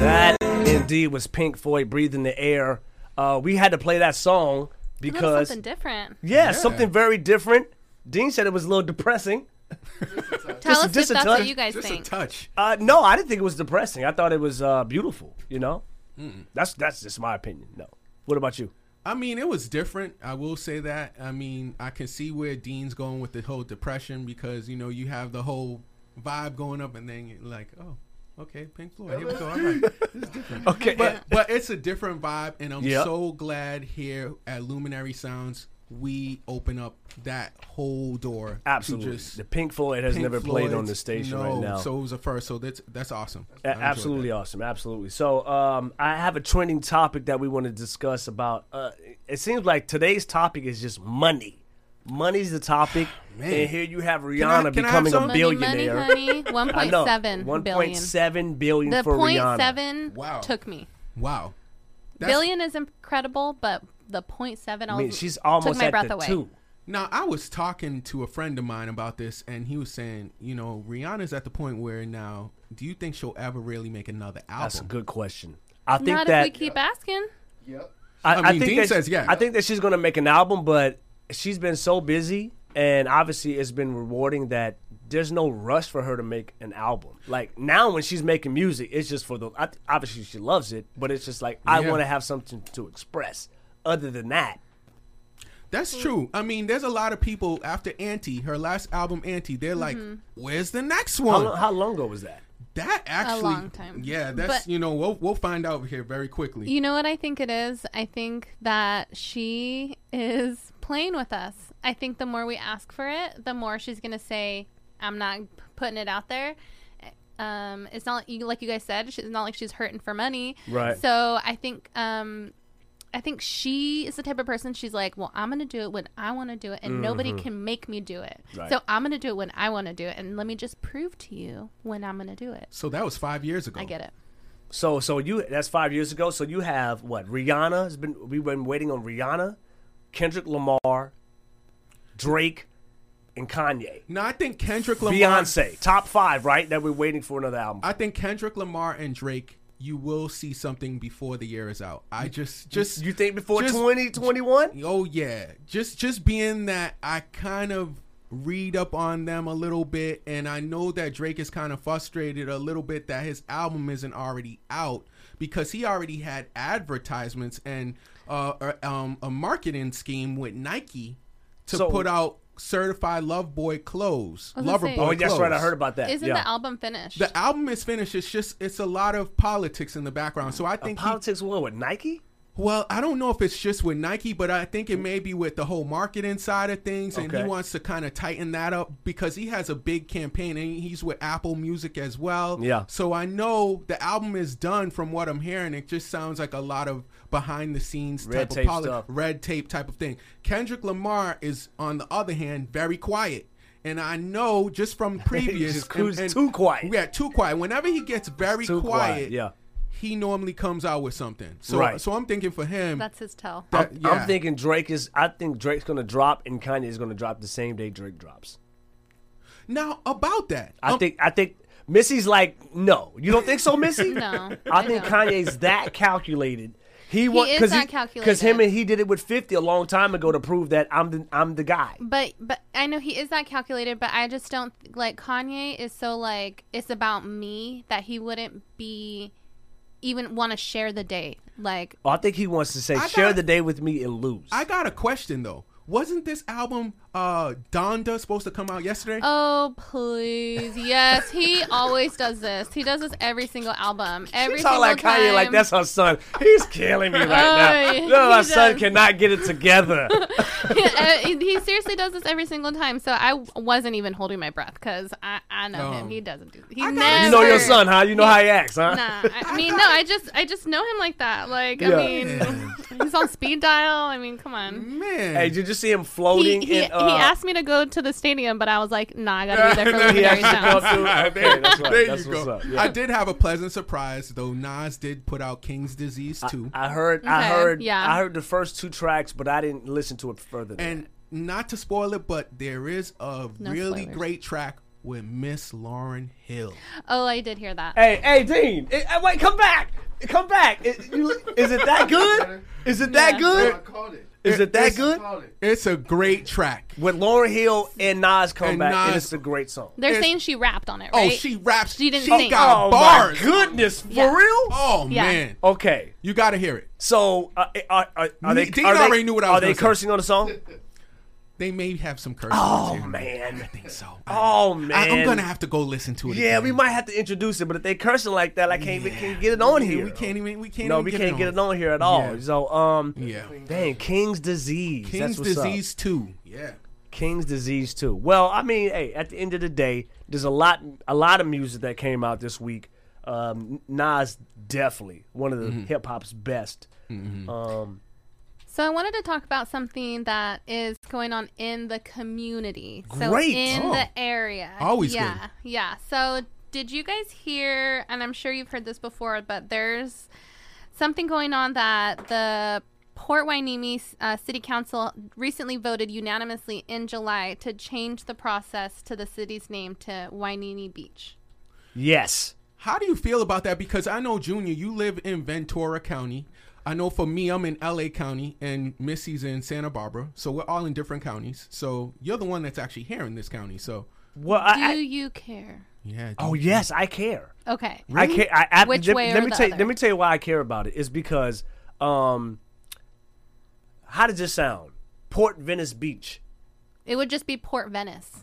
That indeed was Pink Floyd breathing the air. Uh, we had to play that song because something different. yeah, something very different. Dean said it was a little depressing. Tell us if just a that's touch- what you guys Just a think. touch. Uh, no, I didn't think it was depressing. I thought it was uh, beautiful. You know, that's that's just my opinion. No, what about you? I mean, it was different. I will say that. I mean, I can see where Dean's going with the whole depression because you know you have the whole vibe going up, and then you're like, oh, okay, Pink Floyd. Here we go. All right, this is different. Okay, but but it's a different vibe, and I'm Yep. so glad here at Luminary Sounds we open up that whole door. to absolutely. just the Pink Floyd has Pink never played on Floyd's- the station no, right now. So it was a first. So that's that's awesome. A- I enjoyed absolutely that. awesome absolutely so um, i have a trending topic that we want to discuss about uh, it seems like today's topic is just money money's the topic and here you have rihanna can I have becoming some? a Money, Money, money, billionaire honey. One I point know, seven billion. 1.7 billion The for point rihanna seven Wow. took me. Wow. That's- Billion is incredible, but the point seven. i mean she's took almost my at breath the away. two Now, I was talking to a friend of mine about this, and he was saying, you know, Rihanna's at the point where now, do you think she'll ever really make another album? that's a good question i think Not that if we keep asking. I, I I mean, think Dean that says yeah. I think that she's gonna make an album, but she's been so busy, and obviously it's been rewarding that there's no rush for her to make an album. Like now, when she's making music, it's just for the. I, th- obviously, she loves it, but it's just like I Yeah. want to have something to express. Other than that, That's Mm. true. I mean, there's a lot of people after Auntie, her last album, Auntie, they're like, Mm-hmm. where's the next how, one? lo- how long ago was that? that actually. long time. Yeah, that's, But- you know, we'll, we'll find out here very quickly. You know what I think it is? I think that she is playing with us. I think the more we ask for it, the more she's going to say, I'm not p- putting it out there. Um, it's not like you, like you guys said, she- it's not like she's hurting for money. Right. So I think, um, I think she is the type of person she's like, well, I'm going to do it when I want to do it, and nobody can make me do it. Mm-hmm. Right. So I'm going to do it when I want to do it, and let me just prove to you when I'm going to do it. so that was five years Oh. ago. I get it. So, so you that's five years ago. So you have what? Rihanna has been. We've been waiting on Rihanna, Kendrick Lamar, Drake, and Kanye. No, I think Kendrick Lamar. Beyonce, top five, right? That we're waiting for another album. I think Kendrick Lamar and Drake, you will see something before the year is out. I just, just You think before just- 2021? Oh yeah, just just being that I kind of read up on them a little bit, and I know that Drake is kind of frustrated a little bit that his album isn't already out because he already had advertisements and uh, uh, um, a marketing scheme with Nike to So- put out certified Love Boy clothes, was gonna Lover say- Boy Oh, clothes. that's right. I heard about that. Isn't yeah. the album finished? The album is finished. It's just it's a lot of politics in the background. So I think he- Politics what with Nike? well, I don't know if it's just with Nike, but I think it may be with the whole marketing side of things, and Mm. Okay. he wants to kind of tighten that up because he has a big campaign, and he's with Apple Music as well. Yeah. So I know the album is done from what I'm hearing. It just sounds like a lot of behind the scenes Red type tape of poli- stuff. red tape type of thing. Kendrick Lamar is, on the other hand, very quiet. And I know just from previous, just and- who's and- too quiet. Yeah, too quiet. Whenever he gets very Too quiet, quiet, yeah. he normally comes out with something. So, Right. so I'm thinking for him, That's his tell. that- I'm, yeah. I'm thinking Drake is. I think Drake's gonna drop and Kanye is gonna drop the same day Drake drops. Now about that, I um, think. I think Missy's like, no, you don't think so, Missy? No, I I think don't. Kanye's that calculated. He, wa- is cause that Because him calculated. and he did it with Fifty a long time ago to prove that I'm the I'm the guy. But but I know he is that calculated, but I just don't like Kanye is so like it's about me that he wouldn't be even want to share the date. Like Oh, I think he wants to say, I share got- the day with me and lose. I got a question though. Wasn't this album uh Donda supposed to come out yesterday? oh please, yes, he always does this. He does this every single album. Every You single talk like time. Kanye, like that's her son. He's killing me Oh, right now. he- No, he my son does. cannot get it together. Uh, he seriously does this every single time. So I wasn't even holding my breath because I I know Oh. him. He doesn't do. He I got- never. you know your son, huh? You know how he acts, huh? Nah, I, I mean, no, I just, I just know him like that. Like, Yeah. I mean, he's on speed dial. I mean, come Mm-hmm. on. Man, Hey, did you see him He, floating? he, in, uh, he asked me to go to the stadium, but I was like, nah, I gotta be there for He Luminary asked you to go Sounds. through- okay, that's right. there That's you what's go. up. Yeah. I did have a pleasant surprise though. Nas did put out King's Disease too, I heard, I Okay, heard, yeah. I heard the first two tracks, but I didn't listen to it further. Than and not to spoil it, but there is a No really spoilers. great track with Miss Lauren Hill. Oh, I did hear that. Hey, hey, Dean! eh, eh, wait, come back! Come back! Is, you- is it that good? Is it that good? called it. Is it that It's- good? Called it. It's a great track. With Lauren Hill and Nas come And back, and Nas- it's a great song. They're it's- saying she rapped on it, Oh, right? she raps. She didn't sing. got oh bars. my goodness, for Yeah. real? Oh Yeah. man, Okay, you got to hear it. so uh, eh, are, are, are they? Dean are they- already knew what I was Are they gonna say. cursing on the song? They may have some cursing. Oh, in there. man. I think so. Oh, I, man. am gonna have to go listen to it. Yeah, again. we might have to introduce it, but if they cursing like that, I can't, we can't get it on Yeah, here. We can't even. We can't. No, even we get can't it get it on here at all. Yeah. So, um, Yeah. dang, King's disease. King's That's what's up. disease too. Yeah. King's disease too. Well, I mean, hey, at the end of the day, there's a lot, a lot of music that came out this week. Um, Nas definitely one of the Mm-hmm. hip hop's best. Um, So I wanted to talk about something that is going on in the community. So Great. in Oh. the area. Always yeah. good. Yeah. So did you guys hear and I'm sure you've heard this before, but there's something going on that the Port Hueneme uh, City Council recently voted unanimously in July to change the process to the city's name to Wainini Beach. yes, How do you feel about that? Because I know Junior, you live in Ventura County. I know for me, I'm in LA County, and Missy's in Santa Barbara. So we're all in different counties. So you're the one that's actually here in this county. So well, Do I, I, you care? yeah. oh yes, I care. Okay. I care. I, I, Mm-hmm. Which let, way let or me the tell you, other? let me tell you why I care about it. Is because, um, how does this sound? Port Venice Beach. It would just be Port Venice.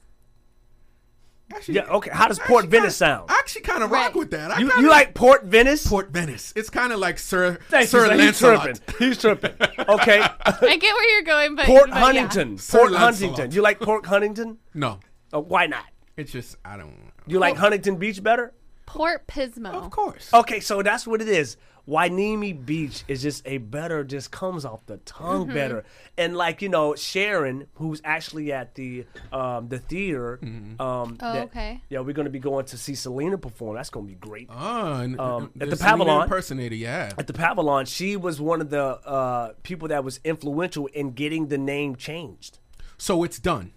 Actually, Yeah. Okay. How does I Port actually kinda- Venice sound? I actually kind of rock Right. with that. I You, kinda you like Port Venice? Port Venice? It's kind of like Sir Thank you, Sir sir. he's Lancelot. tripping. He's tripping. Okay. I get where you're going, but Port but yeah. Huntington. Sir Port Lancelot. Huntington. You like Port Huntington? No, Oh, why not? it's just I don't. You like Huntington Beach better? Port Pismo. Of course. Okay, so that's what it is. Wainimi Beach is just a better, just comes off the tongue Mm-hmm. better. And like you know, Sharon, who's actually at the um, the theater. Um, Oh, that- okay. Yeah, we're gonna be going to see Selena perform. That's gonna be great. Ah, and- Um, and at the there's Selena Pavilon. impersonator. Yeah. at the Pavilon, she was one of the uh, people that was influential in getting the name changed. So it's done.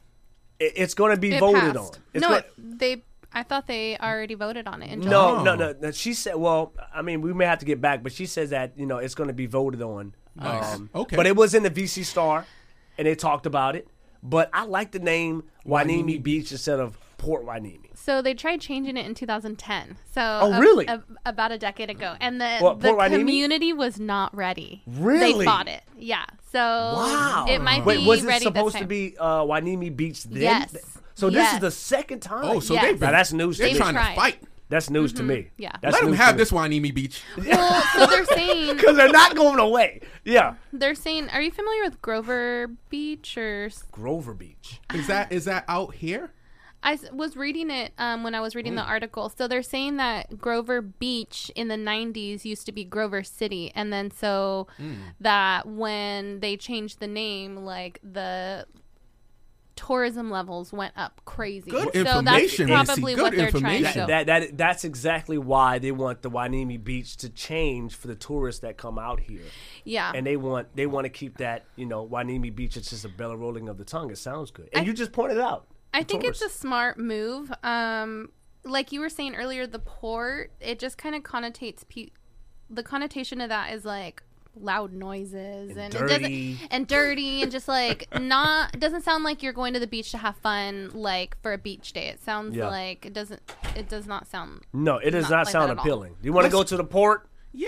It, it's going to be It voted passed. on. It's No, gonna- it- they. I thought they already voted on it. In July. no, no, no, no. She said, well, I mean, we may have to get back, but she says that, you know, it's going to be voted on. Nice. Okay. Um, But it was in the VC Star, and they talked about it. But I like the name Wainimi, Beach instead of Port Wainimi. So they tried changing it in 2010. So Oh, a- really? a- about a decade ago, and the What, the Port Hueneme? community was not ready. Really? They fought it. Yeah. So Wow. it might Wait, be was it ready supposed this to time. be uh, Wainimi Beach then? Yes. So this is Yes. the second time. Oh, so Yes. they've been. Now that's news to They're me. trying to tried. fight. That's news to me. Yeah. That's Let them news to have me. this Wanimi Beach. Well, so they're saying Because they're not going away. Yeah. they're saying. Are you familiar with Grover Beach or? s- Grover Beach. Is that is that out here? I s- was reading it um, when I was Mm. reading the article. So they're saying that Grover Beach in the 90s used to be Grover City. And then so Mm. that when they changed the name, like the tourism levels went up crazy. Good so information, Macy. that's probably Good what they're trying to information. go. That, that, that that's exactly why they want the Wainimi Beach to change for the tourists that come out here, yeah. and they want they want to keep that you know Wainimi Beach. It's just a bell rolling of the tongue. It sounds good, and I- you just pointed it out. I think it's a smart move. Um, like you were saying earlier, the port it just kind of connotates pe- the connotation of that is like loud noises and, dirty. It doesn't, and dirty and just like not doesn't sound like you're going to the beach to have fun like for a beach day. It sounds Yeah. like it doesn't it does not sound No, it does Not not, like sound that at all. appealing. You want to go to the port? Yeah,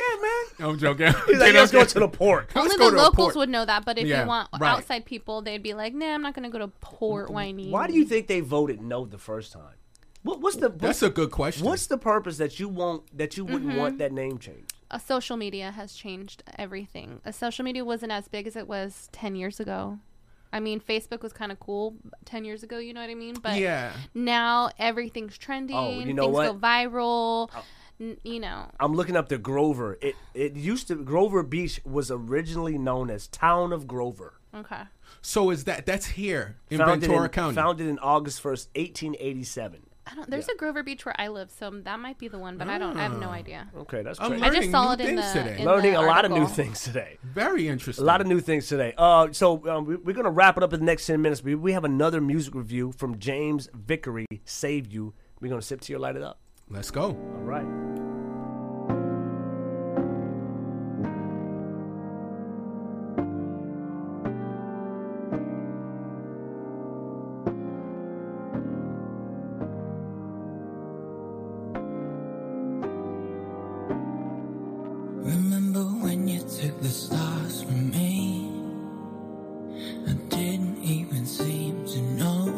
man. I'm joking. He's like, let's go to the port. Let's only go the to a locals port. would know that, but if Yeah, you want right. outside people, they'd be like, "Nah, I'm not going to go to Port Wine." Why do you think they voted no the first time? What, what's the what's, That's a good question. what's the purpose that you want that you wouldn't Mm-hmm. want that name changed? uh, social media has changed everything. Uh, social media wasn't as big as it was 10 years ago. I mean, Facebook was kind of cool 10 years ago, you know what I mean? But Yeah. Oh, now everything's trending, you know things what? go viral. N- you know, I'm looking up the Grover. It it used to Grover Beach was originally known as Town of Grover. okay. So is that that's here in Founded Ventura in, County? Founded in August 1st, 1887. I don't. There's a Grover Beach where I live, so that might be the one, but I don't. I have no idea. Okay, that's I'm crazy. I just Ah. Learning saw new it in things the today. in the Learning a lot of new article. things today. Very interesting. A lot of new things today. Uh, so um, we, we're gonna wrap it up in the next ten minutes. But we have another music review from James Vickery. Save you. We're gonna sip to your light it up. Let's go. All right. Remember when you took the stars from me? I didn't even seem to know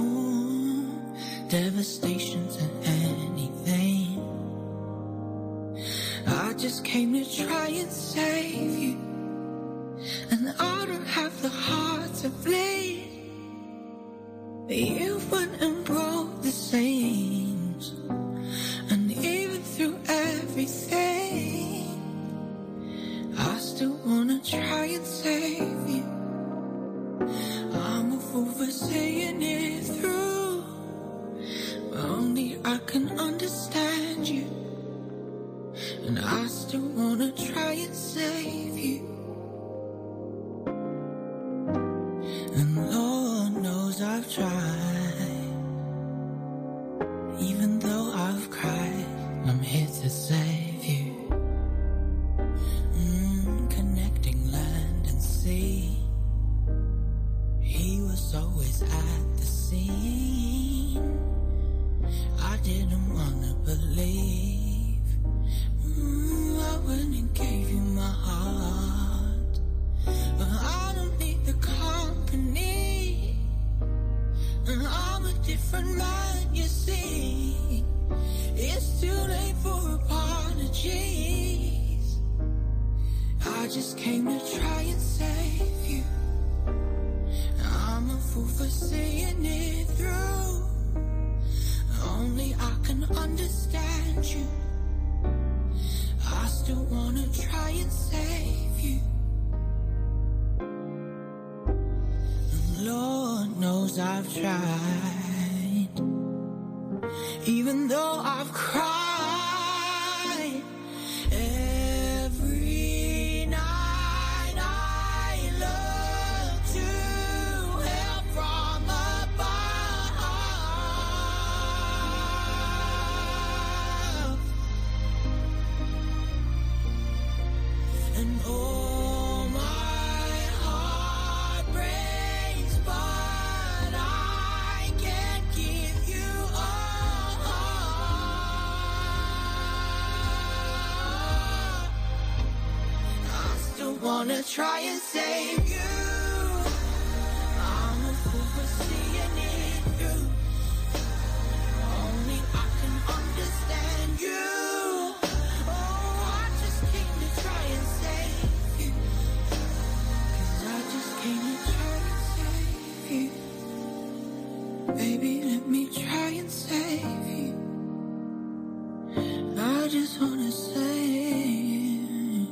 devastation to anything. I just came to try and save you, and I don't have the heart to bleed. But you went and broke the seams, and even through everything. I still wanna try and save you. I'm a fool for saying it through. Only I can understand you. And I still wanna try and save you. And Lord knows I've tried. Even though I've cried, I'm here to save you. Mm, connecting land and sea. He was always at the scene. I didn't wanna believe. Mm, I went and gave you my heart, but I don't need the company. And I'm a different man, you see. It's too late for apologies. I just came to try and save you. I'm a fool for seeing it through. Only I can understand you. I still wanna try and save you. Lord knows I've tried. Even though I've cried every night, I look to help from above. And oh, my heart breaks, but I can't give you up. I still wanna try and save you. I'm a fool for seeing it through. Only I can understand you. Oh, I just came to try and save you. 'Cause I just came to try and save you. Baby, let me try and save you. I just wanna save you.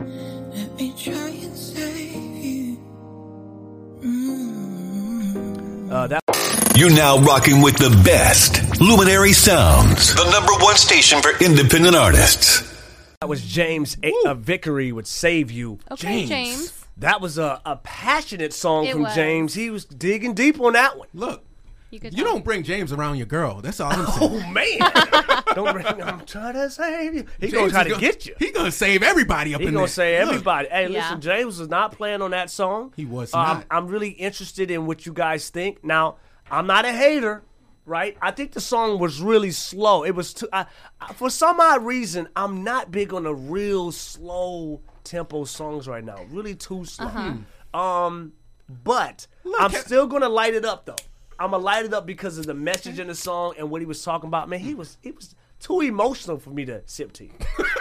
Let me try and save you. Mm. Uh, that. You're now rocking with the best Luminary Sounds, the number one station for independent artists. That was James A- uh, Vickery would save you. Okay, James. That was a, a passionate song It from was. James. He was digging deep on that one. Look, You could. you tell. don't bring James around your girl. That's all I'm saying. Oh man! Don't bring, I'm trying to save you. He gonna James try is to get you. He gonna save everybody up He in gonna there. say Look, everybody. Hey, Yeah. listen, James was not playing on that song. He was Uh, I'm- not. I'm, really interested in what you guys think. Now, I'm not a hater, right? I think the song was really slow. It was too. I, I, for some odd reason, I'm not big on the real slow tempo songs right now. Really too slow. Um, but I'm at- still gonna light it up though. I'm gonna light it up because of the message in the song and what he was talking about. Man, he was he was too emotional for me to sip tea.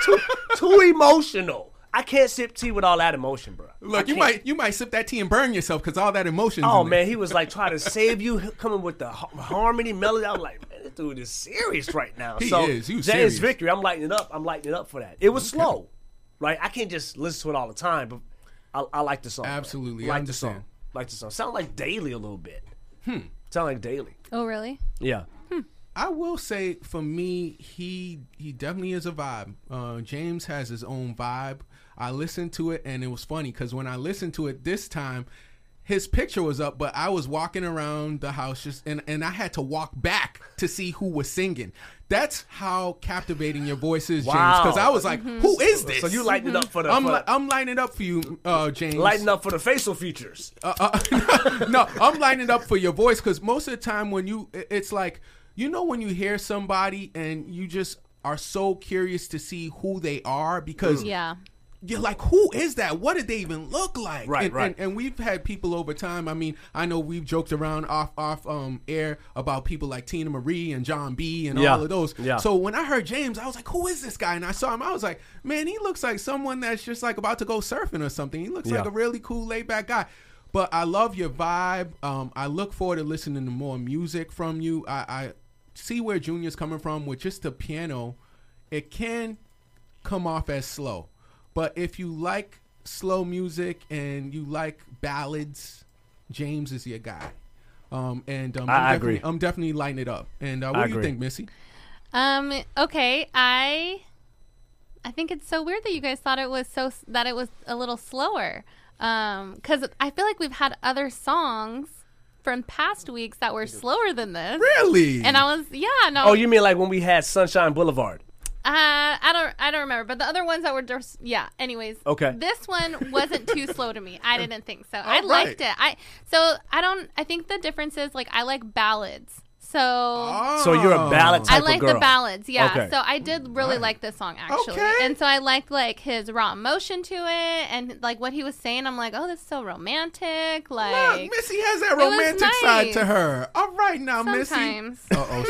too, too emotional. I can't sip tea with all that emotion, bro. Look, you might you might sip that tea and burn yourself because all that emotion. Oh man, he was like trying to save you, h- coming with the har- harmony melody. I'm like, man, this dude is serious right now. He so is. He was James serious. Victory, I'm lighting it up. I'm lighting it up for that. It was slow, right? I can't just listen to it all the time, but I, I like the song. man. Absolutely, I like the understand. song. Like the song. Sound like Daily a little bit. Hmm. Sound like Daily. Oh really? Yeah. I will say for me, he he definitely is a vibe. Uh, James has his own vibe. I listened to it and it was funny because when I listened to it this time, his picture was up, but I was walking around the house just and and I had to walk back to see who was singing. That's how captivating your voice is, James. Wow. Because Mm-hmm. I was like, "Who is this? So you lighten it up for the I'm for li- the- I'm lining up for you, uh, James. lighten up for the facial features. Uh, no, I'm lining up for your voice because most of the time when you, i- it's like, you know, when you hear somebody and you just are so curious to see who they are because Yeah. you're like, who is that? What did they even look like? Right, and, right. And, and we've had people over time. I mean, I know we've joked around off off um air about people like Tina Marie and John B and Yeah, all of those. yeah. So when I heard James, I was like, who is this guy? And I saw him. I was like, man, he looks like someone that's just like about to go surfing or something. He looks Yeah. like a really cool, laid back guy. But I love your vibe. Um, I look forward to listening to more music from you. I, I see where Junior's coming from with just the piano. It can come off as slow. But if you like slow music and you like ballads, James is your guy. Um, and um, I- I'm I definitely- agree. I'm definitely lighting it up. And uh, what I do you agree. think, Missy? Um. Okay. I. I think it's so weird that you guys thought it was so that it was a little slower. Um. Because I feel like we've had other songs from past weeks that were slower than this. Really? And I was yeah no. Oh, you mean like when we had Sunshine Boulevard? Uh, I don't, I don't remember, but the other ones that were just, yeah. Anyways, Okay. This one wasn't too slow to me. I didn't think so. I All right. liked it. I so I don't. I think the difference is like I like ballads. So So you're Oh. a ballad I type like of girl. the ballads. Yeah. Okay. So I did really like this song actually, Okay. and so I liked like his raw emotion to it, and like what he was saying. I'm like, oh, this is so romantic. Look, Like Ah, Missy has that was romantic nice. side to her. All right now, Missy. sometimes. Uh oh,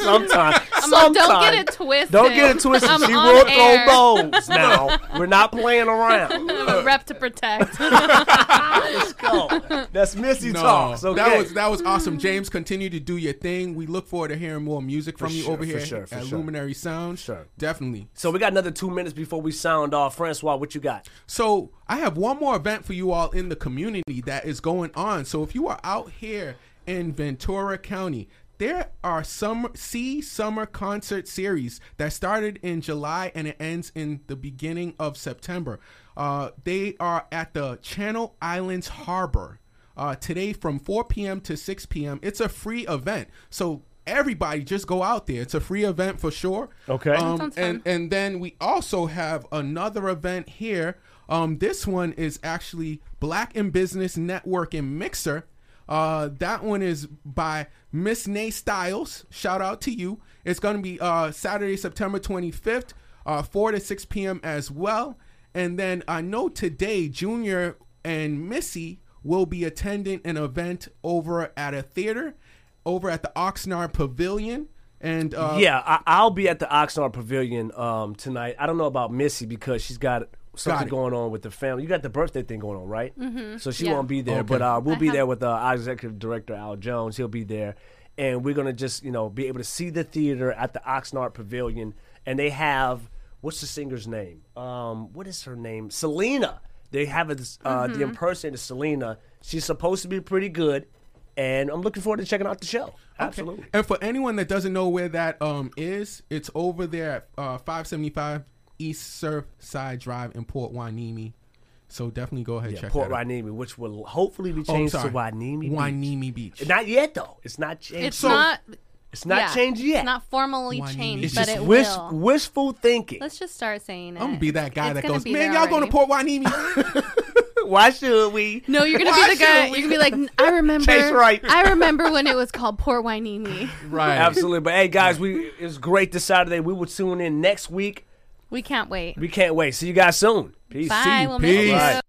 Sometimes, I'm like, don't get Sometime. it twisted. Don't get it twisted. I'm she on will air. throw bones. Now we're not playing around. I'm a rep to protect. Let's go. That's Missy No, talks. Okay. that was that was awesome. James, continue to do your thing. We look forward to hearing more music from you sure, over for here sure, for at sure. Luminary Sound. Sure. definitely. so we got another two minutes before we sound off. Francois, what you got? So I have one more event for you all in the community that is going on. So if you are out here in Ventura County, there are summer sea summer concert series that started in July and it ends in the beginning of September. Uh, they are at the Channel Islands Harbor uh, today from 4 p.m. to 6 p.m. It's a free event, so everybody just go out there. It's a free event for sure. Okay. Um, sounds fun. and and then we also have another event here. Um, this one is actually Black in Business Network and Mixer. Uh, that one is by Miss Nay Styles. Shout out to you. It's going to be uh, Saturday, September 25th, uh, 4 to 6 p.m. as well. And then I know today, Junior and Missy will be attending an event over at a theater over at the Oxnard Pavilion. And uh, yeah, I, I'll be at the Oxnard Pavilion um, tonight. I don't know about Missy because she's got something it. going on with the family. You got the birthday thing going on, right? Mm-hmm. So she Yeah. won't be there, Okay. but uh, we'll I be have- there with uh, our executive director Al Jones. He'll be there, and we're gonna just you know be able to see the theater at the Oxnard Pavilion, and they have what's the singer's name? Um, what is her name? Selena. They have a, uh, the impersonator Selena. She's supposed to be pretty good, and I'm looking forward to checking out the show. Absolutely. And for anyone that doesn't know where that um is, it's over there at uh, 575 East Surfside Drive in Port Hueneme. So definitely go ahead and Yeah, check Port that out. Hueneme, which will hopefully be Oh, I'm changed to sorry. Wainimi. Hueneme Beach. Not yet, though. It's not changed. It's It's, not. not yeah, changed yet. It's not formally Why changed, It's but just it wish, will. wishful thinking. Let's just start saying it. I'm gonna be that guy It's that gonna goes, be man, there y'all going to already." Port Hueneme? Why should we? No, you're gonna Why be the guy. should we? You're gonna be like, "N- I remember. Chase right. I remember when it was called Port Wainini. right. Absolutely. But hey, guys, we it's great this Saturday. We will tune in next week. We can't wait. We can't wait. See you guys soon. Peace. Bye. See you. We'll miss Peace. you. All right.